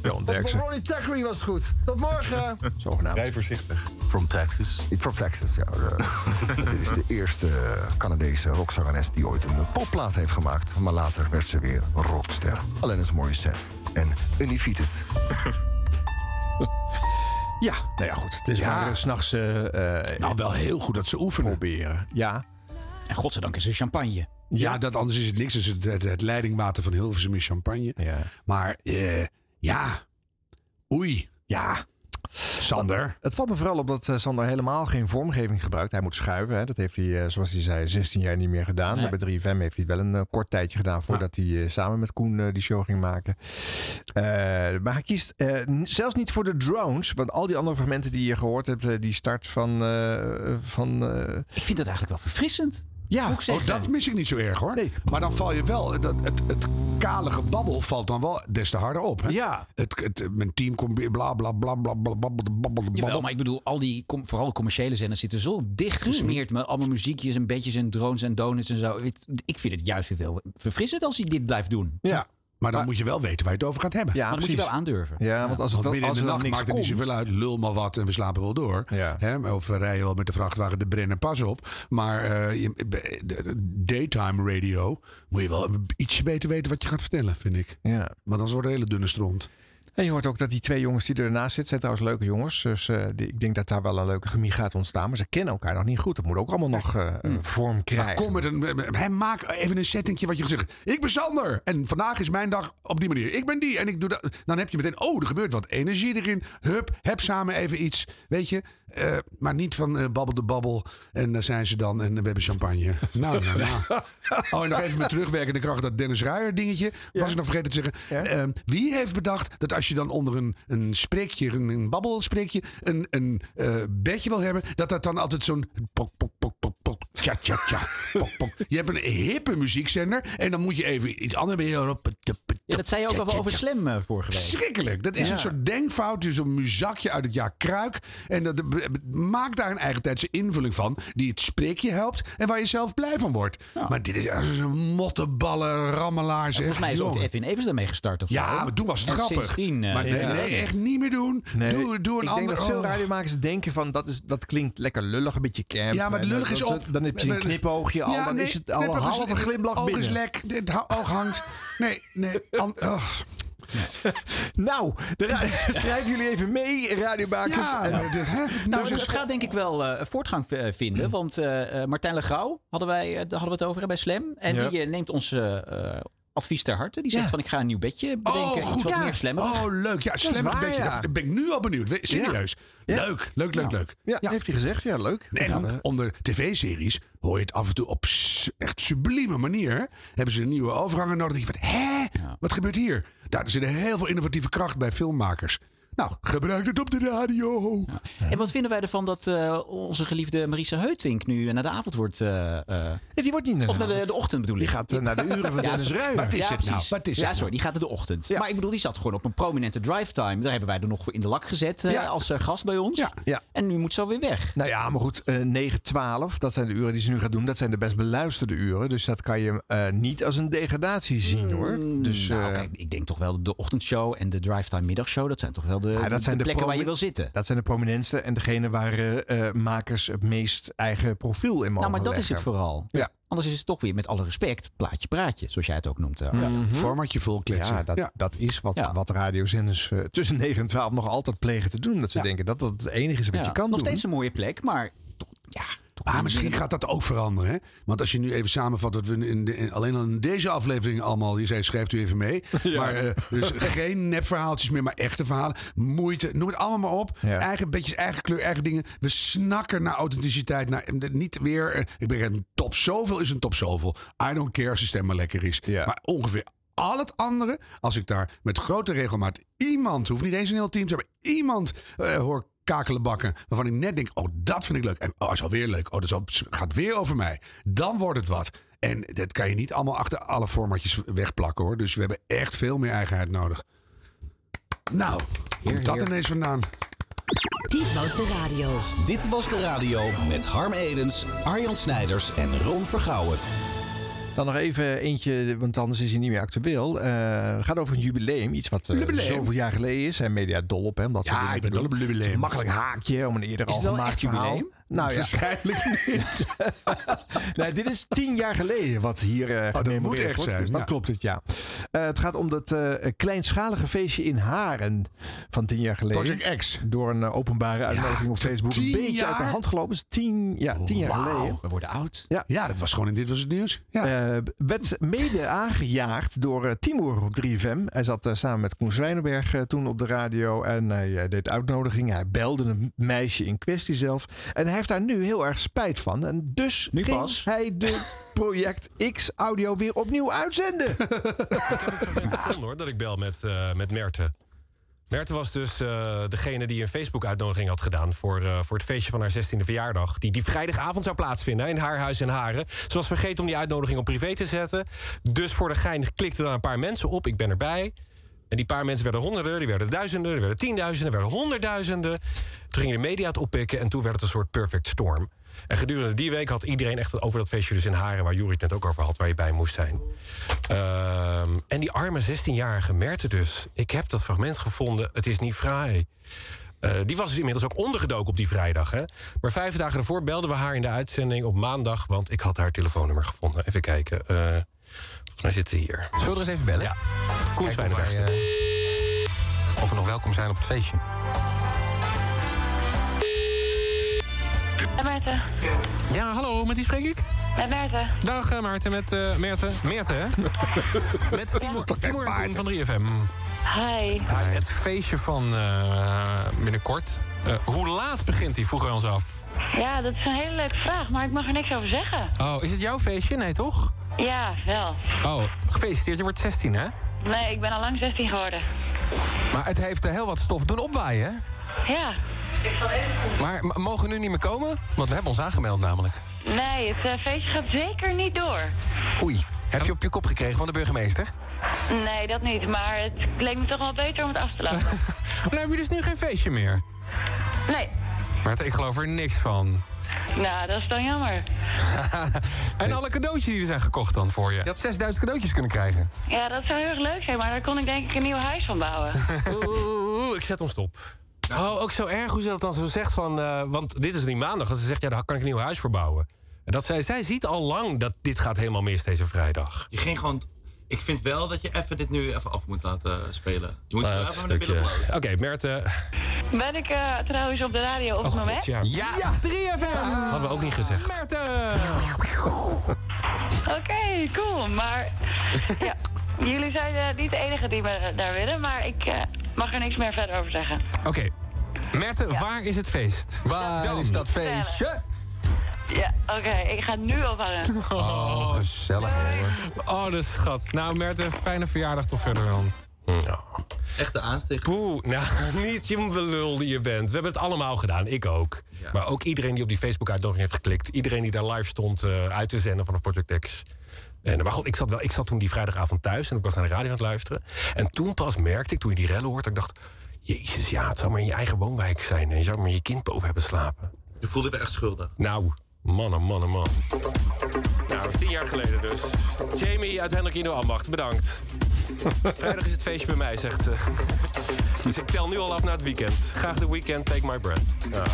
[SPEAKER 1] Johan
[SPEAKER 13] Of van Ronnie Tuckery was goed. Tot morgen.
[SPEAKER 1] Zogenaamd.
[SPEAKER 5] Rij voorzichtig.
[SPEAKER 21] From Texas.
[SPEAKER 13] From Texas, ja. Eh, Dit is de eerste eh, Canadese rockzangeres die ooit een popplaat heeft gemaakt. Maar later werd ze weer een rockster. Alleen is een mooie set. En Unifeated.
[SPEAKER 1] Ja, nou ja, goed. Het is maar eh, s'nachts... nou,
[SPEAKER 2] wel heel goed dat ze oefenen.
[SPEAKER 1] Proberen, ja.
[SPEAKER 3] En godzijdank is er champagne.
[SPEAKER 2] Ja, dat anders is het niks. Dus het, het, het leidingwater van Hilversum is champagne. Maar eh, ja, oei.
[SPEAKER 1] Ja.
[SPEAKER 2] Sander.
[SPEAKER 1] Het valt me vooral op dat eh, Sander helemaal geen vormgeving gebruikt. Hij moet schuiven. Hè. Dat heeft hij, eh, zoals hij zei, 16 jaar niet meer gedaan.
[SPEAKER 2] Nee.
[SPEAKER 1] Maar Bij 3FM heeft hij het wel een eh, kort tijdje gedaan... voordat hij eh, samen met Koen eh, die show ging maken. Eh, maar hij kiest eh, n- zelfs niet voor de drones. Want al die andere fragmenten die je gehoord hebt... eh, die start van... eh, van
[SPEAKER 3] Ik vind dat eigenlijk wel verfrissend.
[SPEAKER 1] Ja,
[SPEAKER 3] Moet ik
[SPEAKER 2] oh,
[SPEAKER 3] zeggen.
[SPEAKER 2] dat mis ik niet zo erg hoor. Maar dan val je wel, dat, het, het kale gebabbel valt dan wel des te harder op. Hè?
[SPEAKER 1] Ja.
[SPEAKER 2] Het, het, mijn team komt weer bla bla bla bla bla bla bla bla bla.
[SPEAKER 3] Jawel, maar ik bedoel, al die, com- vooral de commerciële zenders zitten zo dicht
[SPEAKER 2] Hmm.
[SPEAKER 3] gesmeerd met allemaal muziekjes en bedjes en drones en donuts en zo. Het- Ik vind het juist weer wel verfrissend als hij dit blijft doen.
[SPEAKER 1] Ja,
[SPEAKER 2] maar dan moet je wel weten waar je het over gaat hebben.
[SPEAKER 3] maar dan moet je wel aandurven.
[SPEAKER 1] Ja, want als
[SPEAKER 2] Want
[SPEAKER 1] het dan-
[SPEAKER 2] midden
[SPEAKER 1] als
[SPEAKER 2] in de
[SPEAKER 1] er dan
[SPEAKER 2] nacht
[SPEAKER 1] niks
[SPEAKER 2] maakt het niet
[SPEAKER 1] komt.
[SPEAKER 2] zoveel uit. Lul maar wat en we slapen wel door. Hè? Of we rijden wel met de vrachtwagen de Brenner pas op. Maar eh, je- de- de- daytime radio moet je wel ietsje beter weten wat je gaat vertellen, vind ik.
[SPEAKER 1] Ja.
[SPEAKER 2] Want anders wordt het een hele dunne stront.
[SPEAKER 1] En je hoort ook dat die twee jongens die ernaast zitten, zijn trouwens leuke jongens. Dus eh, die- ik denk dat daar wel een leuke chemie gaat ontstaan. Maar ze kennen elkaar nog niet goed. Dat moet ook allemaal nog eh, eh, vorm
[SPEAKER 2] Maar
[SPEAKER 1] krijgen.
[SPEAKER 2] kom met een. Hij maak even een settingje wat je zegt. Ik ben Sander. En vandaag is mijn dag op die manier. Ik ben die. En ik doe dat. Dan heb je meteen. Oh, er gebeurt wat. Energie erin. Hup. Heb samen even iets. Weet je. Eh, maar niet van eh, babbel de babbel. En daar zijn ze dan. En we hebben champagne. Nou, nou, nou. Oh, en nog even met terugwerkende kracht. Dat Dennis Ruijer dingetje. Was ik nog vergeten te zeggen. Eh, wie heeft bedacht dat als je dan onder een, een spreekje. Een, een babbelspreekje. Een, een eh, bedje wil hebben. Dat dat dan altijd zo'n. pok, pok, pok, pok, pok, Tja, tja, tja. Pok, pok. Je hebt een hippe muziekzender. En dan moet je even iets anders. Ja,
[SPEAKER 3] dat zei je ook al wel over Slam eh, vorige week.
[SPEAKER 2] Schrikkelijk. Dat is
[SPEAKER 3] Ja.
[SPEAKER 2] een soort denkfout. dus Zo'n muzakje uit het jaar Kruik. En dat, eh, maak daar een eigen tijdse invulling van. Die het spreekje helpt. En waar je zelf blij van wordt. Maar dit is als een motteballen, rammelaar. zeg.
[SPEAKER 3] Volgens mij is ook
[SPEAKER 2] Jongen.
[SPEAKER 1] E
[SPEAKER 3] Edwin Evers daarmee gestart. Of
[SPEAKER 2] Ja,
[SPEAKER 3] zo.
[SPEAKER 2] maar toen was het
[SPEAKER 3] En
[SPEAKER 2] grappig.
[SPEAKER 3] Sindsdien, eh,
[SPEAKER 2] Maar nee,
[SPEAKER 3] ja.
[SPEAKER 2] nee, echt niet meer doen. Doe, doe een
[SPEAKER 1] ik
[SPEAKER 2] ander.
[SPEAKER 1] denk dat veel
[SPEAKER 2] oh.
[SPEAKER 1] radiomakers denken van dat, is, dat klinkt lekker lullig, een beetje camp.
[SPEAKER 2] Ja, maar het
[SPEAKER 1] En,
[SPEAKER 2] lullig
[SPEAKER 1] eh,
[SPEAKER 2] is
[SPEAKER 1] dat-
[SPEAKER 2] op.
[SPEAKER 1] Dan heb je een knipoogje al, dan is het al een
[SPEAKER 2] knipoog is-
[SPEAKER 1] halve glimlach
[SPEAKER 2] oog
[SPEAKER 1] binnen.
[SPEAKER 2] is lek, dit ha- oog hangt. Nee, nee. an- oh.
[SPEAKER 1] Nou, de ra- schrijven jullie even mee, radiomakers.
[SPEAKER 2] Ja,
[SPEAKER 1] En,
[SPEAKER 2] nou, de- hè?
[SPEAKER 3] Nou, het gaat denk ik wel eh, voortgang eh,
[SPEAKER 2] Mm.
[SPEAKER 3] vinden. Want eh, eh, Martijn Legouw hadden wij, eh, daar hadden we het over hè, bij Slam. En
[SPEAKER 1] Ja.
[SPEAKER 3] die eh, neemt ons eh, eh, advies ter harte. Die zegt
[SPEAKER 1] Ja.
[SPEAKER 3] van ik ga een nieuw bedje bedenken.
[SPEAKER 2] Oh,
[SPEAKER 3] iets
[SPEAKER 2] goed.
[SPEAKER 3] wat
[SPEAKER 2] Ja.
[SPEAKER 3] meer slammerig.
[SPEAKER 2] Oh, leuk. Ja,
[SPEAKER 1] is
[SPEAKER 2] slemmerig
[SPEAKER 1] waar,
[SPEAKER 2] beetje.
[SPEAKER 1] ja.
[SPEAKER 2] Dat ben ik nu al benieuwd. We- Serieus.
[SPEAKER 1] Ja.
[SPEAKER 2] Leuk, leuk, leuk,
[SPEAKER 1] Nou.
[SPEAKER 2] leuk.
[SPEAKER 1] Ja, heeft hij gezegd. Ja, leuk.
[SPEAKER 2] En onder tv-series hoor je het af en toe op s- echt sublieme manier. Hebben ze een nieuwe overhanger nodig. Dan denk je van, hè? Wat gebeurt hier? Daar zit heel veel innovatieve kracht bij filmmakers. Nou, gebruik het op de radio.
[SPEAKER 3] En wat vinden wij ervan dat eh, onze geliefde Marisa Heutink nu naar de avond wordt... eh, eh,
[SPEAKER 1] die wordt niet naar
[SPEAKER 3] of naar de, de ochtend bedoel ik.
[SPEAKER 1] Die gaat eh, naar de uren van
[SPEAKER 3] Ja,
[SPEAKER 1] Dennis
[SPEAKER 3] sorry.
[SPEAKER 1] Ruijer.
[SPEAKER 3] Ja, precies. ja,
[SPEAKER 1] het
[SPEAKER 3] sorry, die gaat naar de ochtend. Maar ik bedoel, die zat gewoon op een prominente drive time. Daar hebben wij er nog voor in de lak gezet eh,
[SPEAKER 1] Ja.
[SPEAKER 3] als eh, gast bij ons.
[SPEAKER 1] Ja.
[SPEAKER 3] En nu moet ze alweer weg.
[SPEAKER 1] Nou ja, maar goed, eh 9, 12, dat zijn de uren die ze nu gaat doen. Dat zijn de best beluisterde uren. Dus dat kan je eh, niet als een degradatie zien hoor. Dus,
[SPEAKER 3] nou,
[SPEAKER 1] eh,
[SPEAKER 3] kijk, ik denk toch wel de ochtendshow en de drive-time middagshow. Dat zijn toch wel de,
[SPEAKER 1] ja,
[SPEAKER 3] de-
[SPEAKER 1] dat zijn
[SPEAKER 3] de plekken waar je
[SPEAKER 1] promi-
[SPEAKER 3] wil zitten.
[SPEAKER 1] Dat zijn de prominentste en degene waar eh, eh, makers het meest eigen profiel in
[SPEAKER 3] Nou,
[SPEAKER 1] mogen
[SPEAKER 3] maar dat is
[SPEAKER 1] leggen.
[SPEAKER 3] het vooral.
[SPEAKER 1] Ja.
[SPEAKER 3] Anders is het toch weer, met alle respect, plaatje praatje. Zoals jij het ook noemt. eh,
[SPEAKER 1] Ja. Mhm.
[SPEAKER 3] Arjan.
[SPEAKER 2] Formatje vol kletsen.
[SPEAKER 1] Ja, dat,
[SPEAKER 2] Ja.
[SPEAKER 1] dat is wat, wat radiozenders eh, tussen 9 en 12 nog altijd plegen te doen. Dat ze denken dat dat het enige is wat
[SPEAKER 3] Ja,
[SPEAKER 1] je kan
[SPEAKER 3] nog
[SPEAKER 1] doen.
[SPEAKER 3] steeds een mooie plek, maar
[SPEAKER 2] Maar Ah, misschien gaat dat ook veranderen. Hè? Want als je nu even samenvat wat we in de- in- alleen al in deze aflevering allemaal... Je zei, schrijft u even mee. Maar eh, dus geen nepverhaaltjes meer, maar echte verhalen. Moeite, noem het allemaal maar op.
[SPEAKER 1] Ja.
[SPEAKER 2] Eigen bedjes, eigen kleur, eigen dingen. We snakken naar authenticiteit. Naar, eh, niet weer... eh, ik ben een top zoveel is een top zoveel. I don't care als de stem maar lekker is. Maar ongeveer al het andere, als ik daar met grote regelmaat iemand... hoeft niet eens een heel team te hebben. Iemand eh, hoor kakelen bakken. Waarvan ik net denk, oh, dat vind ik leuk. En oh, is alweer leuk. Oh, dat is al- gaat weer over mij. Dan wordt het wat. En dat kan je niet allemaal achter alle formatjes wegplakken hoor. Dus we hebben echt veel meer eigenheid nodig. Nou, komt dat ineens vandaan?
[SPEAKER 7] Dit was de radio. Dit was de radio met Harm Edens, Arjan Snijders en Ron Vergouwen.
[SPEAKER 1] Dan nog even eentje, want anders is hij niet meer actueel. Eh, het gaat over een jubileum. Iets wat eh,
[SPEAKER 2] Jubileum.
[SPEAKER 1] zoveel jaar geleden is. En media dol op hem. Dat soort
[SPEAKER 2] Ja,
[SPEAKER 1] dingen
[SPEAKER 2] ik ben
[SPEAKER 1] te doen.
[SPEAKER 2] dol op jubileum.
[SPEAKER 1] Het is een Makkelijk haakje om een eerder
[SPEAKER 2] Is
[SPEAKER 1] al
[SPEAKER 2] het wel een
[SPEAKER 1] gemaakt
[SPEAKER 2] echt
[SPEAKER 1] verhaal.
[SPEAKER 2] jubileum?
[SPEAKER 1] Nou ja.
[SPEAKER 2] Waarschijnlijk niet.
[SPEAKER 1] nou, dit is tien jaar geleden wat hier eh
[SPEAKER 2] Oh, dat
[SPEAKER 1] gememoreerd
[SPEAKER 2] moet echt
[SPEAKER 1] wordt.
[SPEAKER 2] zijn,
[SPEAKER 1] Dus dan
[SPEAKER 2] ja.
[SPEAKER 1] klopt het, ja. Eh, het gaat om dat eh, kleinschalige feestje in Haren van tien jaar geleden.
[SPEAKER 2] Project X.
[SPEAKER 1] Door een eh, openbare uitnodiging op Facebook. Een
[SPEAKER 2] tien
[SPEAKER 1] beetje uit de
[SPEAKER 2] jaar?
[SPEAKER 1] hand gelopen. Is tien, ja, tien jaar
[SPEAKER 2] Wauw.
[SPEAKER 1] geleden.
[SPEAKER 3] we worden oud.
[SPEAKER 1] Ja.
[SPEAKER 2] Ja, dat was gewoon in Dit Was Het Nieuws. Ja.
[SPEAKER 1] Eh, werd mede aangejaagd door eh, Timur op 3FM. Hij zat eh, samen met Koen Zwijnenberg eh, toen op de radio. En hij eh, deed uitnodigingen. Hij belde een meisje in kwestie zelf. En hij heeft daar nu heel erg spijt van. En dus ging hij de Project X audio weer opnieuw uitzenden.
[SPEAKER 10] gevonden, hoor, dat ik bel met, eh, met Merten. Merten was dus eh, degene die een Facebook-uitnodiging had gedaan... Voor, eh, voor het feestje van haar 16e verjaardag. Die, die vrijdagavond zou plaatsvinden hè, in haar huis in Haren. Ze was vergeten om die uitnodiging op privé te zetten. Dus voor de gein klikten daar een paar mensen op. Ik ben erbij. En die paar mensen werden honderden, die werden duizenden... die werden tienduizenden, die werden honderdduizenden. Toen gingen de media het oppikken en toen werd het een soort perfect storm. En gedurende die week had iedereen echt het over dat feestje dus in Haren... waar Juri het net ook over had, waar je bij moest zijn. Ehm, en die arme 16-jarige Merten dus. Ik heb dat fragment gevonden. Het is niet fraai. Eh, die was dus inmiddels ook ondergedoken op die vrijdag. Hè? Maar vijf dagen ervoor belden we haar in de uitzending op maandag... want ik had haar telefoonnummer gevonden. Even kijken. Eh, volgens mij zit ze hier.
[SPEAKER 17] Zullen we er eens even bellen?
[SPEAKER 10] Ja. Koen Zwijnenberg.
[SPEAKER 23] eh, of we nog welkom zijn op het feestje.
[SPEAKER 24] Maarten.
[SPEAKER 23] Ja, hallo, met wie spreek ik?
[SPEAKER 24] Met Maarten.
[SPEAKER 23] Dag eh, Maarten, met eh Meerten. Meerten, hè? met Timur, Timur en Koen van 3FM.
[SPEAKER 24] Hi.
[SPEAKER 23] Hi, Het feestje van eh, binnenkort. Eh, hoe laat begint die, vroegen wij ons af.
[SPEAKER 24] Ja, dat is een hele leuke vraag, maar ik mag er niks over zeggen.
[SPEAKER 23] Oh, is het jouw feestje? Nee, toch?
[SPEAKER 24] Ja, wel.
[SPEAKER 23] Oh, gefeliciteerd, je wordt 16, hè?
[SPEAKER 24] Nee, ik ben al lang 16 geworden.
[SPEAKER 23] Maar het heeft eh, heel wat stof doen opwaaien, hè?
[SPEAKER 24] Ja.
[SPEAKER 23] Maar m- mogen we nu niet meer komen? Want we hebben ons aangemeld namelijk.
[SPEAKER 24] Nee, het eh, feestje gaat zeker niet door.
[SPEAKER 23] Oei, heb je op je kop gekregen van de burgemeester?
[SPEAKER 24] Nee, dat niet, maar het leek me toch wel beter om het af te laten.
[SPEAKER 23] Dan heb je dus nu geen feestje meer.
[SPEAKER 24] Nee.
[SPEAKER 23] Maar ik geloof er niks van.
[SPEAKER 24] Nou, dat is dan jammer.
[SPEAKER 23] en alle cadeautjes die er zijn gekocht dan voor je. Je had 6000 cadeautjes kunnen krijgen.
[SPEAKER 24] Ja, dat zou heel erg leuk zijn, maar daar kon ik denk ik een nieuw huis van bouwen.
[SPEAKER 10] Oeh, ik zet ons stop. Oh, ook zo erg hoe ze dat dan zo zegt van... eh, want dit is niet maandag. Dat ze zegt, ja, daar kan ik een nieuw huis voor bouwen. En dat zij, zij ziet al lang dat dit gaat helemaal mis deze vrijdag.
[SPEAKER 6] Je ging gewoon... Ik vind wel dat je even dit nu even af moet laten eh, spelen. Je moet
[SPEAKER 10] Nou,
[SPEAKER 6] wel
[SPEAKER 10] het
[SPEAKER 6] even naar binnen
[SPEAKER 10] stukje.
[SPEAKER 6] blijven.
[SPEAKER 10] Oké, Merten.
[SPEAKER 24] Ben ik eh, trouwens op de radio op het moment?
[SPEAKER 10] Oh, ja. Ja,
[SPEAKER 23] 3FM!
[SPEAKER 10] Hadden we ook niet gezegd.
[SPEAKER 24] Oké, cool. Maar ja, jullie zijn eh, niet de enige die me daar willen, maar ik eh, mag er niks meer verder over zeggen.
[SPEAKER 23] Oké. Merten, waar is het feest? Waar is dat feestje?
[SPEAKER 24] Ja, oké, ik ga nu ophangen.
[SPEAKER 23] Oh, gezellig hoor. Oh,
[SPEAKER 10] dus
[SPEAKER 23] de schat. Nou, Merten, fijne verjaardag toch verder dan.
[SPEAKER 10] Echte aansteek. Poeh, nou, niet je belul die je bent. We hebben het allemaal gedaan, ik ook. Maar ook iedereen die op die Facebook-uitnodiging heeft geklikt. Iedereen die daar live stond eh, uit te zenden vanaf Project X. En, maar goed, ik zat, wel, ik zat toen die vrijdagavond thuis en ik was naar de radio aan het luisteren. En toen pas merkte ik, toen je die rellen hoort, dat ik dacht... Jezus, ja, het zou maar in je eigen woonwijk zijn. En je zou maar je kind boven hebben slapen.
[SPEAKER 6] Je voelde je echt schuldig.
[SPEAKER 10] Nou, man, oh man, oh man. Nou, dat is tien jaar geleden dus. Jamie uit Hendrik Indo Ambacht, bedankt. Vrijdag is het feestje bij mij, zegt ze. Dus ik tel nu al af naar het weekend. Graag de weekend, take my breath. Ah.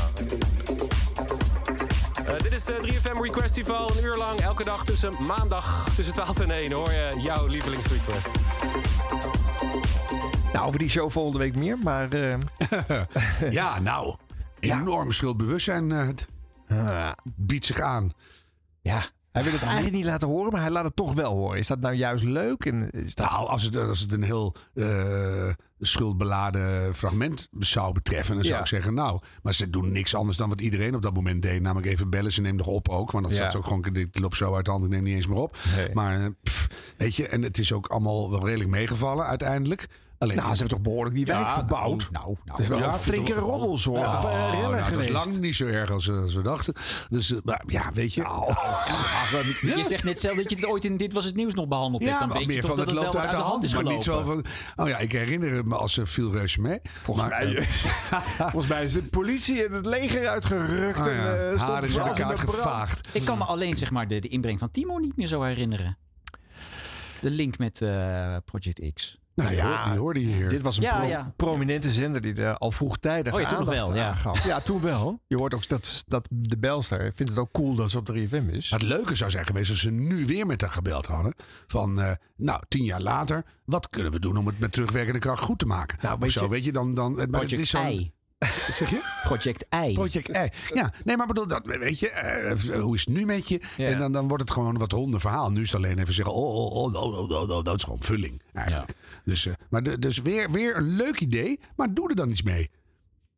[SPEAKER 10] Eh, dit is eh 3FM Requestival, een uur lang, elke dag tussen maandag tussen 12 en 1 hoor je jouw lievelingsrequest.
[SPEAKER 1] Nou, over die show volgende week meer, maar... eh,
[SPEAKER 2] ja, nou. Enorm schuldbewustzijn eh, t- biedt zich aan.
[SPEAKER 1] Ja. Hij wil het eigenlijk niet laten horen, maar hij laat het toch wel horen. Is dat nou juist leuk? En is dat...
[SPEAKER 2] Nou, als het, als het een heel eh, schuldbeladen fragment zou betreffen, dan zou
[SPEAKER 1] Ja.
[SPEAKER 2] ik zeggen, nou, maar ze doen niks anders dan wat iedereen op dat moment deed. Namelijk even bellen, ze neemt nog op ook. Want dan
[SPEAKER 1] Ja.
[SPEAKER 2] staat ze ook gewoon, dit loopt zo uit de hand, ik neem niet eens meer op. Maar, eh, pff, weet je, en het is ook allemaal wel redelijk meegevallen uiteindelijk. Alleen,
[SPEAKER 1] Nou, ze hebben toch behoorlijk die wijk verbouwd?
[SPEAKER 2] Nou,
[SPEAKER 1] Het is wel een flinke roddels, hoor. Of, eh, rellen
[SPEAKER 2] nou, dat is
[SPEAKER 1] geweest.
[SPEAKER 2] lang niet zo erg als, eh, als we dachten. Dus eh, maar ja, weet je.
[SPEAKER 1] Nou.
[SPEAKER 3] Je zegt net zelf dat je dit ooit in Dit Was Het Nieuws nog behandeld hebt.
[SPEAKER 2] Ja,
[SPEAKER 3] Dan
[SPEAKER 2] maar
[SPEAKER 3] weet je
[SPEAKER 2] meer
[SPEAKER 3] toch
[SPEAKER 2] van
[SPEAKER 3] dat
[SPEAKER 2] het
[SPEAKER 3] het
[SPEAKER 2] loopt
[SPEAKER 3] wel
[SPEAKER 2] uit de hand.
[SPEAKER 3] is
[SPEAKER 2] maar
[SPEAKER 3] gelopen.
[SPEAKER 2] niet zo van. Oh ja, ik herinner het me als er viel reuze mee. eh, Volgens
[SPEAKER 1] mij- Volgens mij is de politie en het leger uitgerukt.
[SPEAKER 2] Ah, ja.
[SPEAKER 1] en, eh, stond
[SPEAKER 2] Haar is
[SPEAKER 1] vooral
[SPEAKER 2] uit elkaar
[SPEAKER 1] in Hmm. de brand.
[SPEAKER 3] Ik kan me alleen zeg maar, de, de inbreng van Timo niet meer zo herinneren. De link met eh, Project X.
[SPEAKER 2] Nou ja, die hoorde je hier.
[SPEAKER 1] Dit was een
[SPEAKER 3] Ja,
[SPEAKER 1] pro-
[SPEAKER 3] ja.
[SPEAKER 1] prominente zender die er al vroegtijdig
[SPEAKER 3] Oh ja, toen nog
[SPEAKER 1] aandacht
[SPEAKER 3] wel, ja.
[SPEAKER 1] aan gaf. Ja, toen wel. Je hoort ook dat, dat de belster vindt het ook cool dat ze op 3FM is.
[SPEAKER 2] Maar het leuke zou zijn geweest als ze nu weer met haar gebeld hadden. Van, eh, nou, tien jaar later, wat kunnen we doen om het met terugwerkende kracht goed te maken? Nou, weet zo, weet je, dan... dan maar het
[SPEAKER 3] Project
[SPEAKER 2] is zo'n-
[SPEAKER 3] I.
[SPEAKER 2] Zeg je?
[SPEAKER 3] Project I.
[SPEAKER 2] Project I. Ja, nee, maar bedoel, dat, weet je, eh, hoe is het nu met je? En dan, dan wordt het gewoon een wat ronde verhaal. Nu is het alleen even zeggen, oh, oh, oh, oh, oh, oh, oh, dat is gewoon vulling eigenlijk. Dus, eh, maar de- dus weer, weer een leuk idee, maar doe er dan iets mee.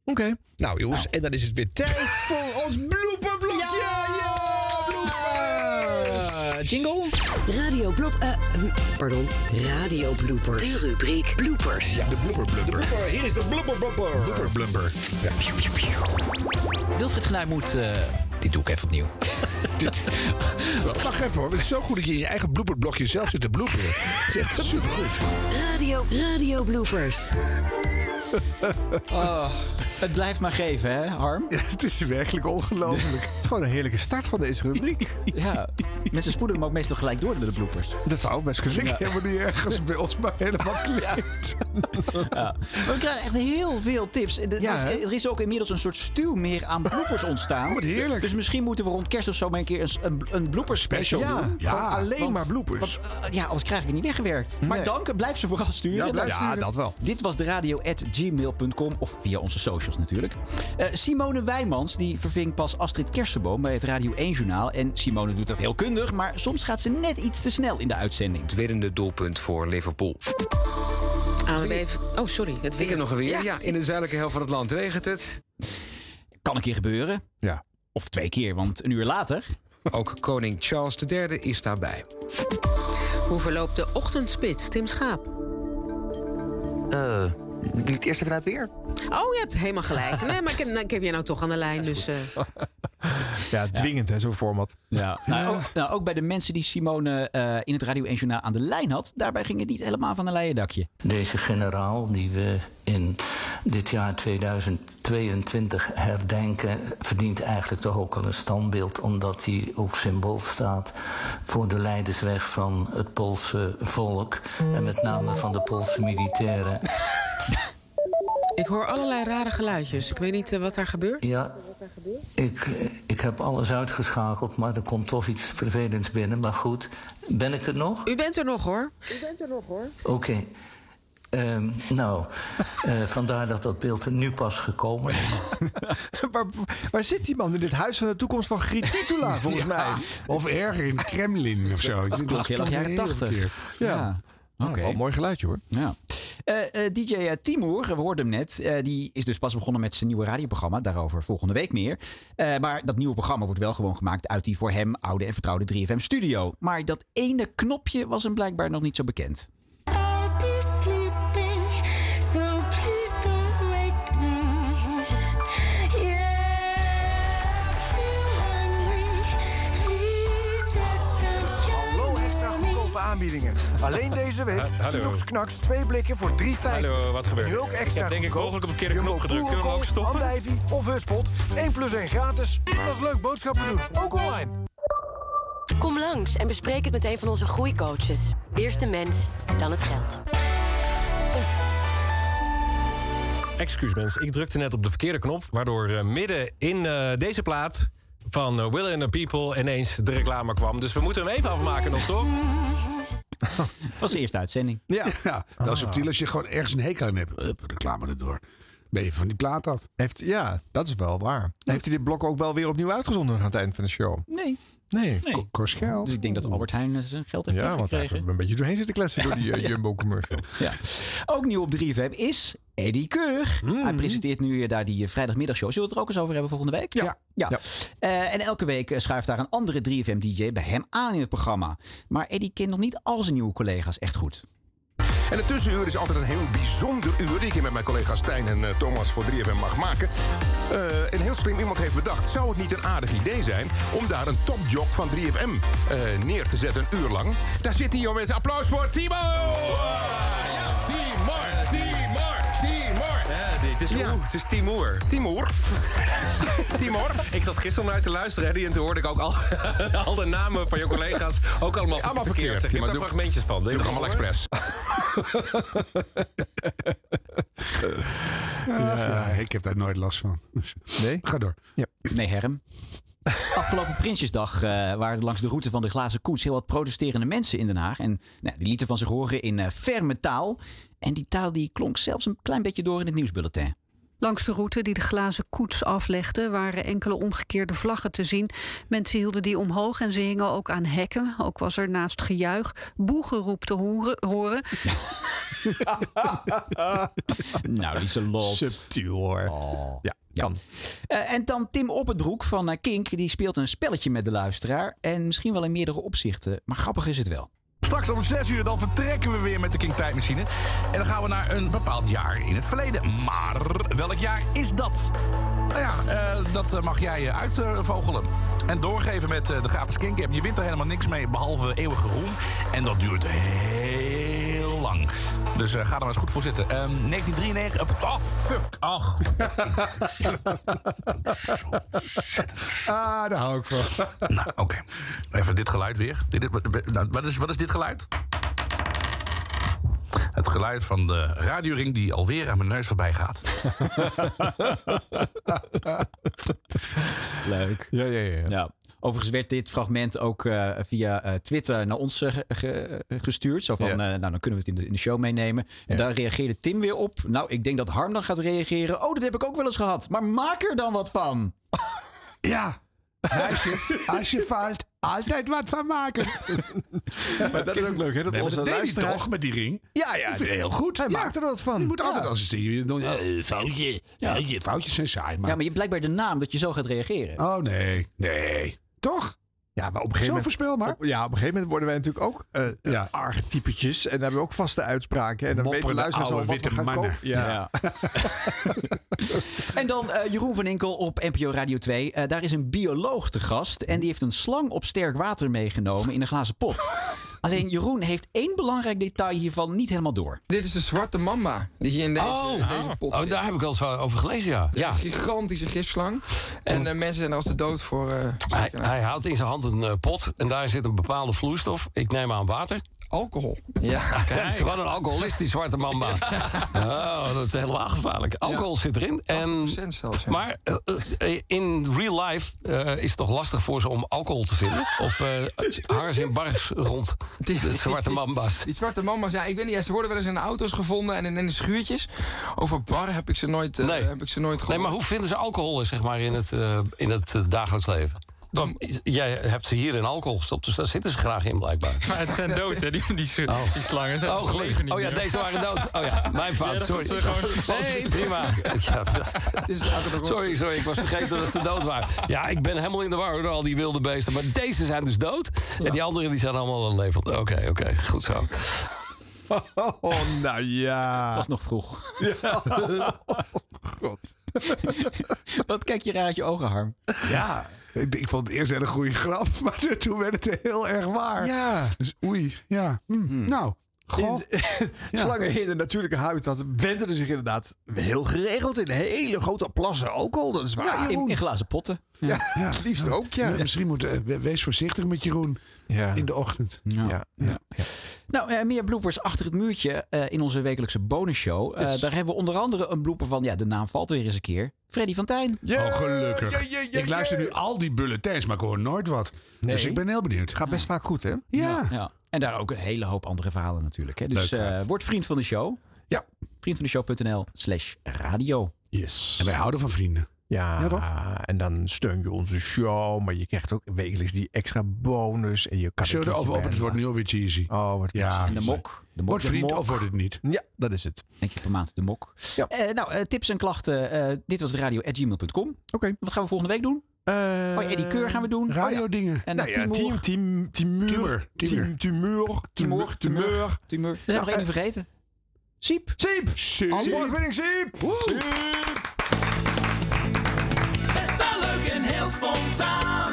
[SPEAKER 1] Oké.
[SPEAKER 2] Nou jongens, en dan is het weer tijd voor ons Oh, blooperblokje! Ja,
[SPEAKER 3] jingle.
[SPEAKER 14] Radio blop. eh, hm, pardon. Radio bloopers. De rubriek bloopers.
[SPEAKER 2] Ja, de blooper blooper.
[SPEAKER 25] Hier is de blubber blubber.
[SPEAKER 2] Blumber.
[SPEAKER 3] Wilfried Genuij moet... eh, dit doe ik even opnieuw.
[SPEAKER 2] Wacht even hoor, het is zo goed dat je in je eigen blooperblokje zelf zit te bloeperen. Het is echt supergoed.
[SPEAKER 14] Radio, radio bloopers.
[SPEAKER 3] Oh, Het blijft maar geven, hè, Harm?
[SPEAKER 1] het is werkelijk ongelooflijk. het is gewoon een heerlijke start van deze rubriek.
[SPEAKER 3] ja, mensen spoelen hem ook meestal gelijk door met de bloepers.
[SPEAKER 1] Dat zou best kunnen.
[SPEAKER 3] Ja.
[SPEAKER 1] Ik helemaal niet ergens bij ons, maar helemaal kleed.
[SPEAKER 3] Ja. Maar we krijgen echt heel veel tips. En dat
[SPEAKER 1] Ja,
[SPEAKER 3] is-
[SPEAKER 1] hè? Oh,
[SPEAKER 3] er is ook inmiddels een soort stuw meer aan bloepers ontstaan. Wat heerlijk. Dus misschien moeten we rond kerst of zo maar een keer een, een, een bloepers special
[SPEAKER 1] Ja,
[SPEAKER 3] doen.
[SPEAKER 1] ja.
[SPEAKER 3] Van-
[SPEAKER 1] alleen maar bloepers.
[SPEAKER 3] want, eh, ja, anders krijg ik het niet weggewerkt. Maar
[SPEAKER 1] Nee.
[SPEAKER 3] dank, blijf ze vooral sturen.
[SPEAKER 1] Ja, blijf Ja, sturen. dat wel.
[SPEAKER 3] Dit was de radio at gmail.com of via onze socials natuurlijk. Eh, Simone Wijmans die verving pas Astrid Kersenboom bij het Radio 1 Journaal. En Simone doet dat heel kundig, maar soms gaat ze net iets te snel in de uitzending. Het winnende doelpunt voor Liverpool.
[SPEAKER 4] ANWB. Oh, sorry. Het weer.
[SPEAKER 15] Ik heb nog een weer. Ja. in de zuidelijke helft van het land regent het.
[SPEAKER 3] Kan een keer gebeuren.
[SPEAKER 1] Ja.
[SPEAKER 3] Of twee keer, want een uur later.
[SPEAKER 15] Ook koning Charles III is daarbij.
[SPEAKER 4] Hoe verloopt de ochtendspits, Tim Schaap?
[SPEAKER 13] Eh, wil ik eerst even naar het weer?
[SPEAKER 4] Oh, je hebt helemaal gelijk. Nee, maar ik heb, nou, ik heb je nou toch aan de lijn, dus... eh,
[SPEAKER 1] Ja, dwingend hè, zo'n format.
[SPEAKER 3] Ja. Nou, ook, nou, ook bij de mensen die Simone eh, in het Radio 1 Journaal aan de lijn had, daarbij ging het niet helemaal van een leien dakje.
[SPEAKER 11] Deze generaal die we in dit jaar 2022 herdenken, verdient eigenlijk toch ook al een standbeeld, omdat hij ook symbool staat voor de leidersweg van het Poolse volk en met name van de Poolse militairen.
[SPEAKER 4] ik hoor allerlei rare geluidjes. Ik weet niet eh, wat daar gebeurt.
[SPEAKER 11] Ja, ik, eh, ik heb alles uitgeschakeld, maar er komt toch iets vervelends binnen. Maar goed, ben ik er nog?
[SPEAKER 4] U bent er nog, hoor. U bent er nog, hoor.
[SPEAKER 11] Oké. Ehm, nou, eh, vandaar dat dat beeld er nu pas gekomen is.
[SPEAKER 1] waar, waar zit die man in dit huis van de toekomst van Griet Titula, volgens
[SPEAKER 2] Ja.
[SPEAKER 1] mij?
[SPEAKER 2] Of erger in het Kremlin of zo.
[SPEAKER 1] Dat klonk heel erg jaren
[SPEAKER 2] een hele
[SPEAKER 1] 80.
[SPEAKER 2] keer.
[SPEAKER 1] Ja. Oké.
[SPEAKER 3] Oh,
[SPEAKER 1] wel een mooi geluidje hoor.
[SPEAKER 3] Ja. Eh, eh, DJ eh, Timur, we hoorden hem net, eh, die is dus pas begonnen met zijn nieuwe radioprogramma. Daarover volgende week meer. Eh, maar dat nieuwe programma wordt wel gewoon gemaakt uit die voor hem oude en vertrouwde 3FM studio. Maar dat ene knopje was hem blijkbaar nog niet zo bekend.
[SPEAKER 26] I'll be sleeping, so please don't wake me.
[SPEAKER 27] Hallo extra goedkope aanbiedingen. Alleen deze week.
[SPEAKER 10] Ha- hallo.
[SPEAKER 27] Knox Knaks, twee blikken voor 3,50.
[SPEAKER 10] Hallo, wat gebeurt
[SPEAKER 27] En nu
[SPEAKER 10] er?
[SPEAKER 27] ook
[SPEAKER 10] Ik
[SPEAKER 27] extra
[SPEAKER 10] heb denk ik
[SPEAKER 27] goedkoop.
[SPEAKER 10] mogelijk op de verkeerde
[SPEAKER 27] Jumbo
[SPEAKER 10] knop gedrukt. Kunnen we hem ook
[SPEAKER 27] boerenkool,
[SPEAKER 10] stoppen?
[SPEAKER 27] andijvie of Hutspot. 1 plus 1 gratis. Dat is leuk boodschappen doen. Ook online.
[SPEAKER 28] Kom langs en bespreek het met een van onze groeicoaches. Eerst de mens, dan het geld.
[SPEAKER 10] Excuus mensen, ik drukte net op de verkeerde knop... waardoor eh, midden in eh, deze plaat van eh, Will and the People... ineens de reclame kwam. Dus we moeten hem even afmaken nog, toch?
[SPEAKER 3] was de eerste uitzending.
[SPEAKER 1] Ja,
[SPEAKER 2] ja dat
[SPEAKER 1] Ah.
[SPEAKER 2] is subtiel als je gewoon ergens een hekel aan hebt. Hup, reclame erdoor. Ben je van die plaat af.
[SPEAKER 1] Heeft, ja, Ah, dat is wel waar. Heeft hij dit blok ook wel weer opnieuw uitgezonden aan het eind van de show?
[SPEAKER 3] Nee.
[SPEAKER 1] Nee, ko- kost geld.
[SPEAKER 3] Dus ik denk dat Albert Heijn eh, zijn geld heeft
[SPEAKER 1] Ja, want hij heeft
[SPEAKER 3] teruggekregen.
[SPEAKER 1] er een beetje doorheen zitten kletsen door die eh,
[SPEAKER 3] Ja.
[SPEAKER 1] Jumbo commercial.
[SPEAKER 3] Ja. Ook nieuw op 3FM is Eddie Keur. Hij presenteert nu eh, daar die eh, vrijdagmiddagshow. Zullen we het er ook eens over hebben volgende week? Ja. ja. Eh, en elke week eh, schuift daar een andere 3FM-dj bij hem aan in het programma. Maar Eddie kent nog niet al zijn nieuwe collega's echt goed.
[SPEAKER 29] En het tussenuur is altijd een heel bijzonder uur... die ik hier met mijn collega's Stijn en eh, Thomas voor 3FM mag maken. Eh, en heel slim iemand heeft bedacht... zou het niet een aardig idee zijn om daar een topjob van 3FM eh, neer te zetten... een uur lang? Daar zit hij, jongens. Applaus voor Timo! Ja, Timor, Timor, Timor.
[SPEAKER 10] Eh, dit is, oeh, het is Timur.
[SPEAKER 29] Timur. Timor.
[SPEAKER 10] Ik zat gisteren om naar je te luisteren, Eddie, en toen hoorde ik ook al, al de namen van je collega's ook allemaal,
[SPEAKER 29] Allemaal verkeerd.
[SPEAKER 10] verkeerd.
[SPEAKER 29] Ja,
[SPEAKER 10] Zeg, ik
[SPEAKER 29] maar
[SPEAKER 10] heb daar
[SPEAKER 29] doe-
[SPEAKER 10] fragmentjes van.
[SPEAKER 29] doe ik allemaal expres.
[SPEAKER 2] Ja, ik heb daar nooit last van.
[SPEAKER 1] Nee?
[SPEAKER 2] Ga door.
[SPEAKER 3] Nee, Herm. Afgelopen Prinsjesdag eh, waren langs de route van de glazen koets heel wat protesterende mensen in Den Haag. En nou, die lieten van zich horen in eh, ferme taal. En die taal die klonk zelfs een klein beetje door in het nieuwsbulletin.
[SPEAKER 30] Langs de route die de glazen koets aflegde, waren enkele omgekeerde vlaggen te zien. Mensen hielden die omhoog en ze hingen ook aan hekken. Ook was er naast gejuich boegeroep te horen. horen.
[SPEAKER 3] Nou, Lieselot.
[SPEAKER 1] Subtiel hoor.
[SPEAKER 3] Oh. Ja, kan. Eh, en dan Tim Oppenbroek van eh, Kink. Die speelt een spelletje met de luisteraar. En misschien wel in meerdere opzichten. Maar grappig is het wel.
[SPEAKER 31] Straks om 6 uur dan vertrekken we weer met de King Tijdmachine. En dan gaan we naar een bepaald jaar in het verleden. Maar welk jaar is dat? Nou ja, eh, dat eh, mag jij eh, uitvogelen. En doorgeven met eh, de gratis King App. Je wint er helemaal niks mee behalve eeuwige roem. En dat duurt heel lang. Dus eh, ga er maar eens goed voor zitten. Ehm, 1993. Oh, fuck. Ach.
[SPEAKER 2] Ah, daar hou ik van.
[SPEAKER 31] nou, oké. Even dit geluid weer. Dit, dit- wat- nou, wat, is, wat is dit geluid? Het geluid van de radioring die alweer aan mijn neus voorbij gaat.
[SPEAKER 3] Leuk.
[SPEAKER 1] Ja, ja, ja.
[SPEAKER 3] Overigens werd dit fragment ook eh, via eh, Twitter naar ons eh, ge- ge- gestuurd. Zo van, eh, nou dan kunnen we het in de, in de show meenemen. En daar reageerde Tim weer op. Nou, ik denk dat Harm dan gaat reageren. Oh, dat heb ik ook wel eens gehad. Maar maak er dan wat van.
[SPEAKER 2] Ja. Meisjes, als je faalt, altijd wat van maken.
[SPEAKER 1] Maar dat is ook leuk, hè? Dat
[SPEAKER 2] Nee, maar
[SPEAKER 1] onze
[SPEAKER 2] dat deed hij
[SPEAKER 1] luisteraars-
[SPEAKER 2] toch met die ring?
[SPEAKER 1] Ja, ja.
[SPEAKER 2] Ik vind het heel goed.
[SPEAKER 1] Hij maakt er wat van.
[SPEAKER 2] Je moet altijd
[SPEAKER 1] Ja.
[SPEAKER 2] als je je- dan- eh, foutje. Ja. je foutjes zijn saai, maar...
[SPEAKER 3] Ja, maar je hebt blijkbaar de naam dat je zo gaat reageren.
[SPEAKER 2] Oh nee, nee. Toch?
[SPEAKER 1] Ja, maar op een
[SPEAKER 2] Zo
[SPEAKER 1] gegeven moment...
[SPEAKER 2] voorspelbaar.
[SPEAKER 1] op- ja, op een gegeven moment worden wij natuurlijk ook eh ja. archetypetjes. En daar hebben we ook vaste uitspraken. En dan weten de
[SPEAKER 2] Mopperende
[SPEAKER 1] luisteraars al
[SPEAKER 2] oude
[SPEAKER 1] wat we
[SPEAKER 2] witte
[SPEAKER 1] gaan
[SPEAKER 2] mannen.
[SPEAKER 1] kopen. Ja.
[SPEAKER 3] Ja. En dan eh, Jeroen van Inkel op NPO Radio 2. Eh, daar is een bioloog te gast. En die heeft een slang op sterk water meegenomen in een glazen pot. Alleen Jeroen heeft één belangrijk detail hiervan niet helemaal door.
[SPEAKER 15] Dit is de zwarte mamba die hier in deze,
[SPEAKER 3] Oh.
[SPEAKER 15] in deze pot
[SPEAKER 3] Oh,
[SPEAKER 15] zit.
[SPEAKER 3] daar heb
[SPEAKER 15] ik al eens over gelezen, ja. Een gigantische gifslang. En eh, mensen zijn er als de dood voor. eh,
[SPEAKER 6] Hij, hij houdt in zijn hand een eh, pot en daar zit een bepaalde vloeistof. Ik neem aan water.
[SPEAKER 15] Alcohol. Ja.
[SPEAKER 6] Dat is gewoon een alcoholist, die zwarte mamba. Oh, dat is helemaal gevaarlijk. Alcohol zit erin. En,
[SPEAKER 15] zelfs,
[SPEAKER 6] Maar eh, eh, in real life eh, is het toch lastig voor ze om alcohol te vinden? Of eh hangen ze in bars rond, de zwarte mamba's?
[SPEAKER 15] Die zwarte mama's, ja, ik weet niet, ja, ze worden wel eens in de auto's gevonden en in, in de schuurtjes. Over bar heb ik ze nooit, eh, heb ik ze nooit
[SPEAKER 6] Nee,
[SPEAKER 15] gehoord.
[SPEAKER 6] maar hoe vinden ze alcohol zeg maar, in het, eh, in het eh, dagelijks leven? Dan, jij hebt ze hier in alcohol gestopt, dus daar zitten ze graag in blijkbaar.
[SPEAKER 15] Maar het zijn dood, hè, die, die, die, die slangen. Ze-
[SPEAKER 6] Oh,
[SPEAKER 15] ze
[SPEAKER 6] gelukkig.
[SPEAKER 15] leven niet
[SPEAKER 6] Oh ja,
[SPEAKER 15] meer.
[SPEAKER 6] deze waren dood. Oh ja, mijn fout,
[SPEAKER 15] Ja, dat
[SPEAKER 6] sorry.
[SPEAKER 15] ze gewoon-
[SPEAKER 6] Nee, prima. Ja, dat- sorry, sorry, ik was vergeten dat ze dood waren. Ja, ik ben helemaal in de war door al die wilde beesten. Maar deze zijn dus dood. En die anderen die zijn allemaal wel levend. Oké, oké, goed zo.
[SPEAKER 1] Oh, nou ja. Het
[SPEAKER 3] was nog vroeg.
[SPEAKER 1] God.
[SPEAKER 3] Wat kijk je raar uit je ogen, Harm?
[SPEAKER 2] Ja, ik, ik vond het eerst een goede grap, maar toen werd het heel erg waar.
[SPEAKER 1] Ja.
[SPEAKER 2] Dus oei, ja. hm, Nou, goh.
[SPEAKER 1] Slangen in de natuurlijke habitat wentelen zich inderdaad heel geregeld in hele grote plassen alcohol. Dat is waar.
[SPEAKER 3] Ja, in,
[SPEAKER 1] Jeroen.
[SPEAKER 3] in glazen potten.
[SPEAKER 1] Ja, het liefst ook, ja.
[SPEAKER 2] Misschien moet, eh, we- wees voorzichtig met Jeroen in de ochtend.
[SPEAKER 3] Ja. Nou, eh, meer bloepers achter het muurtje eh, in onze wekelijkse bonusshow. Eh,
[SPEAKER 2] Yes.
[SPEAKER 3] Daar hebben we onder andere een blooper van, ja, de naam valt weer eens een keer. Freddy van Tijn.
[SPEAKER 2] Oh, gelukkig. ik luister nu al die bulletins, maar ik hoor nooit wat. Dus ik ben heel benieuwd.
[SPEAKER 1] Gaat best vaak goed, hè?
[SPEAKER 3] Ja. En daar ook een hele hoop andere verhalen natuurlijk. Hè. Dus
[SPEAKER 2] Leuk,
[SPEAKER 3] eh, word vriend van de show.
[SPEAKER 2] Ja.
[SPEAKER 3] Vriendvandeshow.nl slash radio.
[SPEAKER 1] Yes.
[SPEAKER 2] En wij houden van vrienden.
[SPEAKER 1] Ja, en dan steun je onze show. Maar je krijgt ook wekelijks die extra bonus. En je kan
[SPEAKER 2] Zullen we erover openen? Het wordt nu alweer cheesy.
[SPEAKER 1] Oh, wordt
[SPEAKER 2] ja.
[SPEAKER 3] En de mok. De mok.
[SPEAKER 2] Word
[SPEAKER 3] De
[SPEAKER 2] vriend
[SPEAKER 3] mok.
[SPEAKER 2] of word het niet.
[SPEAKER 1] Ja, dat is het.
[SPEAKER 3] Eén keer per maand de mok. Eh, nou, eh, tips en klachten. eh, dit was de radio at gmail.com. Oké. Wat gaan we volgende week doen? oh, Eddie Keur gaan we doen.
[SPEAKER 2] Radio dingen.
[SPEAKER 3] En
[SPEAKER 1] Eh, Nou ja,
[SPEAKER 3] Timur.
[SPEAKER 1] team, team, timur. Tim- Timur. Timur. Timur.
[SPEAKER 3] Timur. Dat zijn we nog één
[SPEAKER 1] eh,
[SPEAKER 3] vergeten. Siep.
[SPEAKER 1] Siep.
[SPEAKER 2] Siep.
[SPEAKER 1] Almorgen ben ik Siep. Siep.
[SPEAKER 14] Best wel leuk en heel spontaan.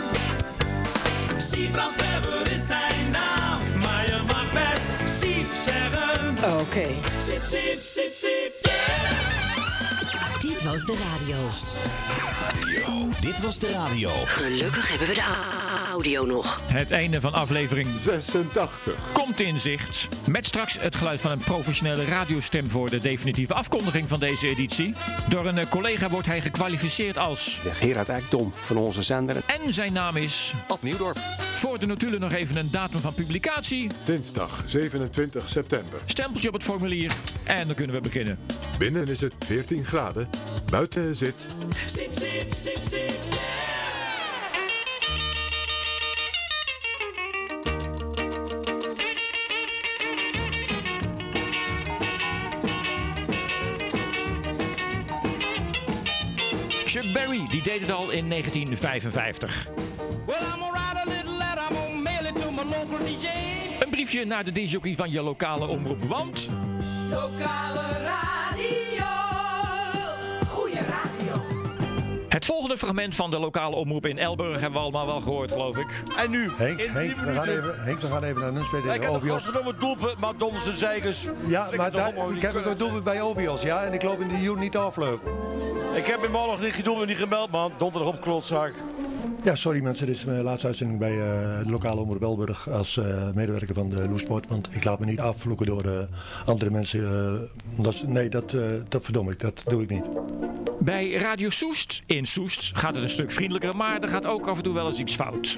[SPEAKER 14] Siebrand Verber is zijn naam. Maar je mag best Siep zeggen.
[SPEAKER 4] Oh, Oké.
[SPEAKER 14] Siep, siep, siep, siep, yeah.
[SPEAKER 4] Dit was de radio.
[SPEAKER 32] Dit was de radio.
[SPEAKER 4] Gelukkig hebben we de a- audio nog.
[SPEAKER 33] Het einde van aflevering 86 komt in zicht. Met straks het geluid van een professionele radiostem voor de definitieve afkondiging van deze editie. Door een eh, collega wordt hij gekwalificeerd als.
[SPEAKER 34] Gerard Eikdom van onze zender.
[SPEAKER 33] En zijn naam is.
[SPEAKER 34] Ad Nieuwdorp.
[SPEAKER 33] Voor de notulen nog even een datum van publicatie.
[SPEAKER 35] Dinsdag 27 september.
[SPEAKER 33] Stempeltje op het formulier. En dan kunnen we beginnen.
[SPEAKER 35] Binnen is het 14 graden. Buiten zit
[SPEAKER 14] Siep, siep, siep, siep,
[SPEAKER 33] Chuck Berry, die deed het al in 1955.
[SPEAKER 14] Well, I'm gonna write a little letter. I'm gonna mail it to my local DJ.
[SPEAKER 33] Een briefje naar de disjockey van je lokale omroep, want...
[SPEAKER 14] Lokale radio. Goeie radio.
[SPEAKER 33] Het volgende fragment van de lokale omroep in Elburg hebben we allemaal wel gehoord, geloof ik. En nu,
[SPEAKER 9] Henk,
[SPEAKER 33] in
[SPEAKER 9] Henk,
[SPEAKER 33] drie
[SPEAKER 9] we gaan
[SPEAKER 33] minuten.
[SPEAKER 9] even, Henk, we gaan even naar een speler
[SPEAKER 33] Hij kan
[SPEAKER 9] tegen
[SPEAKER 33] toch
[SPEAKER 9] Ovios.
[SPEAKER 33] godverdomme het doelpunt, maar dom zijn zeikers.
[SPEAKER 9] Ja, maar daar, ik heb ook een doelpunt bij Ovios, ja, en ik loop in de Jury niet afleuk.
[SPEAKER 36] Ik heb hem al nog niet gedoemd en niet gemeld, man. Donderdag op klotzaak.
[SPEAKER 9] Ja, sorry mensen, dit is mijn laatste uitzending bij eh, de lokale omroep Belburg als eh, medewerker van de Loesport. Want ik laat me niet afvloeken door eh, andere mensen. eh, dat, is- nee, dat, eh, dat verdom ik, dat doe ik niet.
[SPEAKER 33] Bij Radio Soest in Soest gaat het een stuk vriendelijker, maar er gaat ook af en toe wel eens iets fout.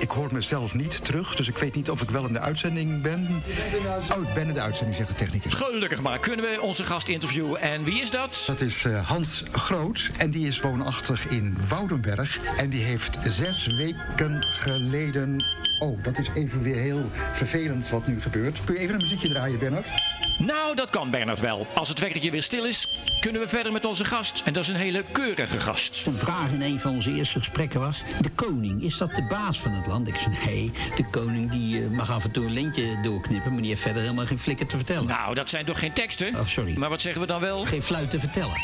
[SPEAKER 37] Ik hoor mezelf niet terug, dus ik weet niet of ik wel in de uitzending ben. Oh, ik ben in de uitzending, zegt de technicus.
[SPEAKER 33] Gelukkig maar, kunnen we onze gast interviewen. En wie is dat?
[SPEAKER 37] Dat is eh, Hans Groot en die is woonachtig in Woudenberg. En die heeft zes weken geleden... Oh, dat is even weer heel vervelend wat nu gebeurt. Kun je even een muziekje draaien, Bernard?
[SPEAKER 33] Nou, dat kan Bernard wel. Als het wekkertje weer stil is, kunnen we verder met onze gast. En dat is een hele keurige gast.
[SPEAKER 3] Een vraag in een van onze eerste gesprekken was... de koning, is dat de baas van het land? Ik zei, nee, de koning die eh, mag af en toe een lintje doorknippen... maar die heeft verder helemaal geen flikker te vertellen.
[SPEAKER 33] Nou, dat zijn toch geen teksten? Oh, sorry. Maar wat zeggen we dan wel? Geen
[SPEAKER 3] fluit te vertellen.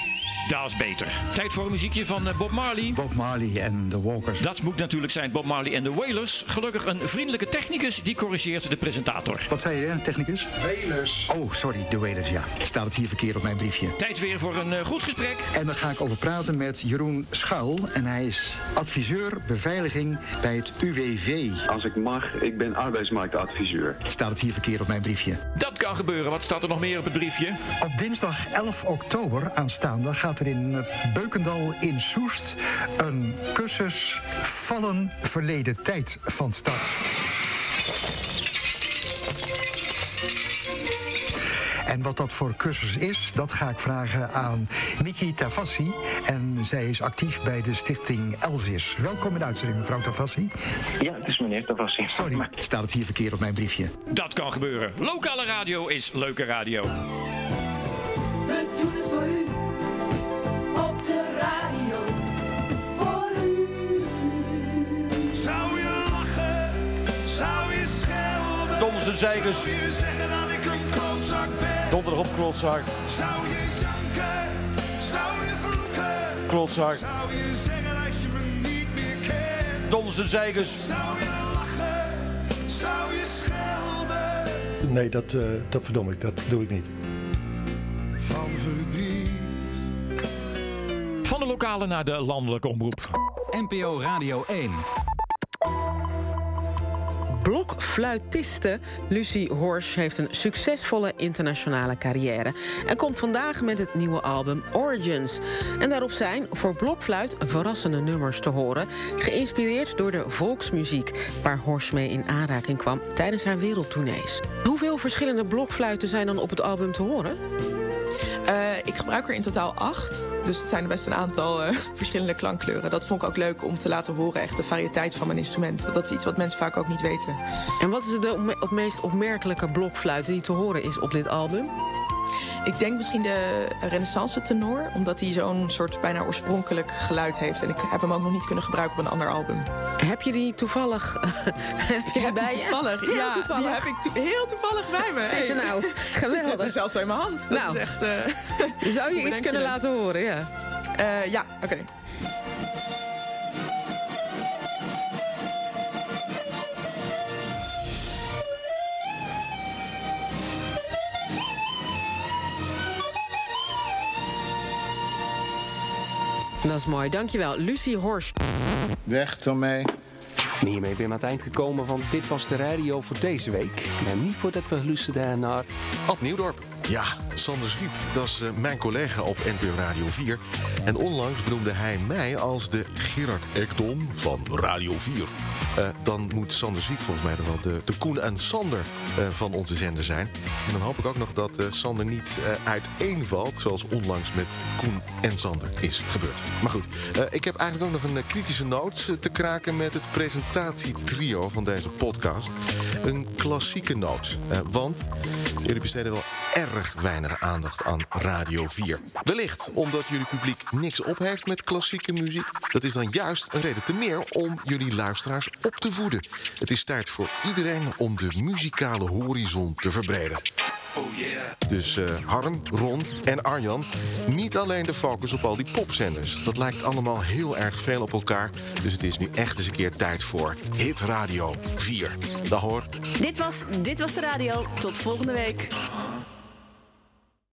[SPEAKER 33] Dat is beter. Tijd voor een muziekje van eh, Bob Marley.
[SPEAKER 37] Bob Marley en The Walkers.
[SPEAKER 33] Dat moet natuurlijk zijn Bob Marley en de Wailers. Gelukkig een vriendelijke technicus die corrigeert de presentator.
[SPEAKER 37] Wat zei je, technicus? Welers. Oh, sorry, de Welers, ja. Staat het hier verkeerd op mijn briefje.
[SPEAKER 33] Tijd weer voor een eh, goed gesprek.
[SPEAKER 37] En daar ga ik over praten met Jeroen Schuil. En hij is adviseur beveiliging bij het UWV.
[SPEAKER 14] Als ik mag, ik ben arbeidsmarktadviseur.
[SPEAKER 37] Staat het hier verkeerd op mijn briefje?
[SPEAKER 33] Dat kan gebeuren. Wat staat er nog meer op het briefje?
[SPEAKER 37] Op dinsdag 11 oktober aanstaande gaat er in eh, Beukendal in Soest een cursus vallen verleden tijd van start. En wat dat voor cursus is, dat ga ik vragen aan Nikki Tavassi. En zij is actief bij de stichting Elsis. Welkom in de uitzending, mevrouw Tavassi.
[SPEAKER 14] Ja, het is meneer Tavassi.
[SPEAKER 37] Sorry, staat het hier verkeerd op mijn briefje.
[SPEAKER 33] Dat kan gebeuren. Lokale radio is leuke radio.
[SPEAKER 14] We doen het voor u. Op de radio. Voor u. Zou je lachen? Zou je schelden?
[SPEAKER 36] Dom zijn zeikers.
[SPEAKER 14] Zou je zeggen dat ik een klootzak ben?
[SPEAKER 36] Donderdag op klotzaak.
[SPEAKER 14] Zou je janken? Zou je vloeken?
[SPEAKER 36] Klootzak.
[SPEAKER 14] Zou je zeggen dat je me niet meer kent?
[SPEAKER 36] Dom zijn zeikers.
[SPEAKER 14] Zou je lachen? Zou je schelden?
[SPEAKER 9] Nee, dat, eh, dat verdom ik, dat doe ik niet.
[SPEAKER 14] Van verdriet.
[SPEAKER 33] Van de lokale naar de landelijke omroep.
[SPEAKER 7] NPO Radio 1.
[SPEAKER 21] Blokfluitiste Lucie Horsch heeft een succesvolle internationale carrière. En komt vandaag met het nieuwe album Origins. En daarop zijn voor blokfluit verrassende nummers te horen. Geïnspireerd door de volksmuziek waar Horsch mee in aanraking kwam tijdens haar wereldtournees. Hoeveel verschillende blokfluiten zijn dan op het album te horen?
[SPEAKER 22] Eh, ik gebruik er in totaal acht. Dus het zijn er best een aantal eh, verschillende klankkleuren. Dat vond ik ook leuk om te laten horen, echt de variëteit van mijn instrument. Want dat is iets wat mensen vaak ook niet weten.
[SPEAKER 21] En wat is de opme- het meest opmerkelijke blokfluit die te horen is op dit album?
[SPEAKER 22] Ik denk misschien de renaissance tenor, omdat hij zo'n soort bijna oorspronkelijk geluid heeft. En ik heb hem ook nog niet kunnen gebruiken op een ander album.
[SPEAKER 21] Heb je die toevallig heb je die bij je?
[SPEAKER 22] Toevallig,
[SPEAKER 21] Heel
[SPEAKER 22] ja,
[SPEAKER 21] toevallig.
[SPEAKER 22] die heb ik to- heel toevallig bij me. Hey.
[SPEAKER 21] Nou,
[SPEAKER 22] Het zit
[SPEAKER 21] geweldig.
[SPEAKER 22] er zelfs wel in mijn hand. Dat
[SPEAKER 21] Nou,
[SPEAKER 22] is echt, eh, hoe
[SPEAKER 21] Zou je
[SPEAKER 22] bedenk
[SPEAKER 21] iets kunnen
[SPEAKER 22] dat?
[SPEAKER 21] laten horen, ja?
[SPEAKER 22] Eh, ja, oké.
[SPEAKER 21] Dat is mooi. Dankjewel, Lucie Horst.
[SPEAKER 38] Weg daarmee. En hiermee ben ik aan het eind gekomen van Dit was de radio voor deze week. Maar niet voordat we luisteren naar...
[SPEAKER 39] Ad Nieuwdorp. Ja, Sander Zwiep, dat is eh, mijn collega op NPO Radio 4. En onlangs benoemde hij mij als de Gerard Ekdom van Radio 4. Eh, dan moet Sander Zwiep volgens mij toch wel de, de Koen en Sander eh, van onze zender zijn. En dan hoop ik ook nog dat eh, Sander niet eh, uiteenvalt... zoals onlangs met Koen en Sander is gebeurd. Maar goed, eh, ik heb eigenlijk ook nog een eh, kritische noot eh, te kraken... met het presentatietrio van deze podcast. Een klassieke noot. Eh, want Jullie besteden wel erg weinig aandacht aan Radio 4. Wellicht omdat jullie publiek niks op heeft met klassieke muziek. Dat is dan juist een reden te meer om jullie luisteraars op te voeden. Het is tijd voor iedereen om de muzikale horizon te verbreden.
[SPEAKER 14] Oh yeah.
[SPEAKER 39] Dus eh, Harm, Ron en Arjan. Niet alleen de focus op al die popzenders. Dat lijkt allemaal heel erg veel op elkaar. Dus het is nu echt eens een keer tijd voor Hit Radio 4. Dag hoor.
[SPEAKER 10] Dit was Dit Was De Radio. Tot volgende week.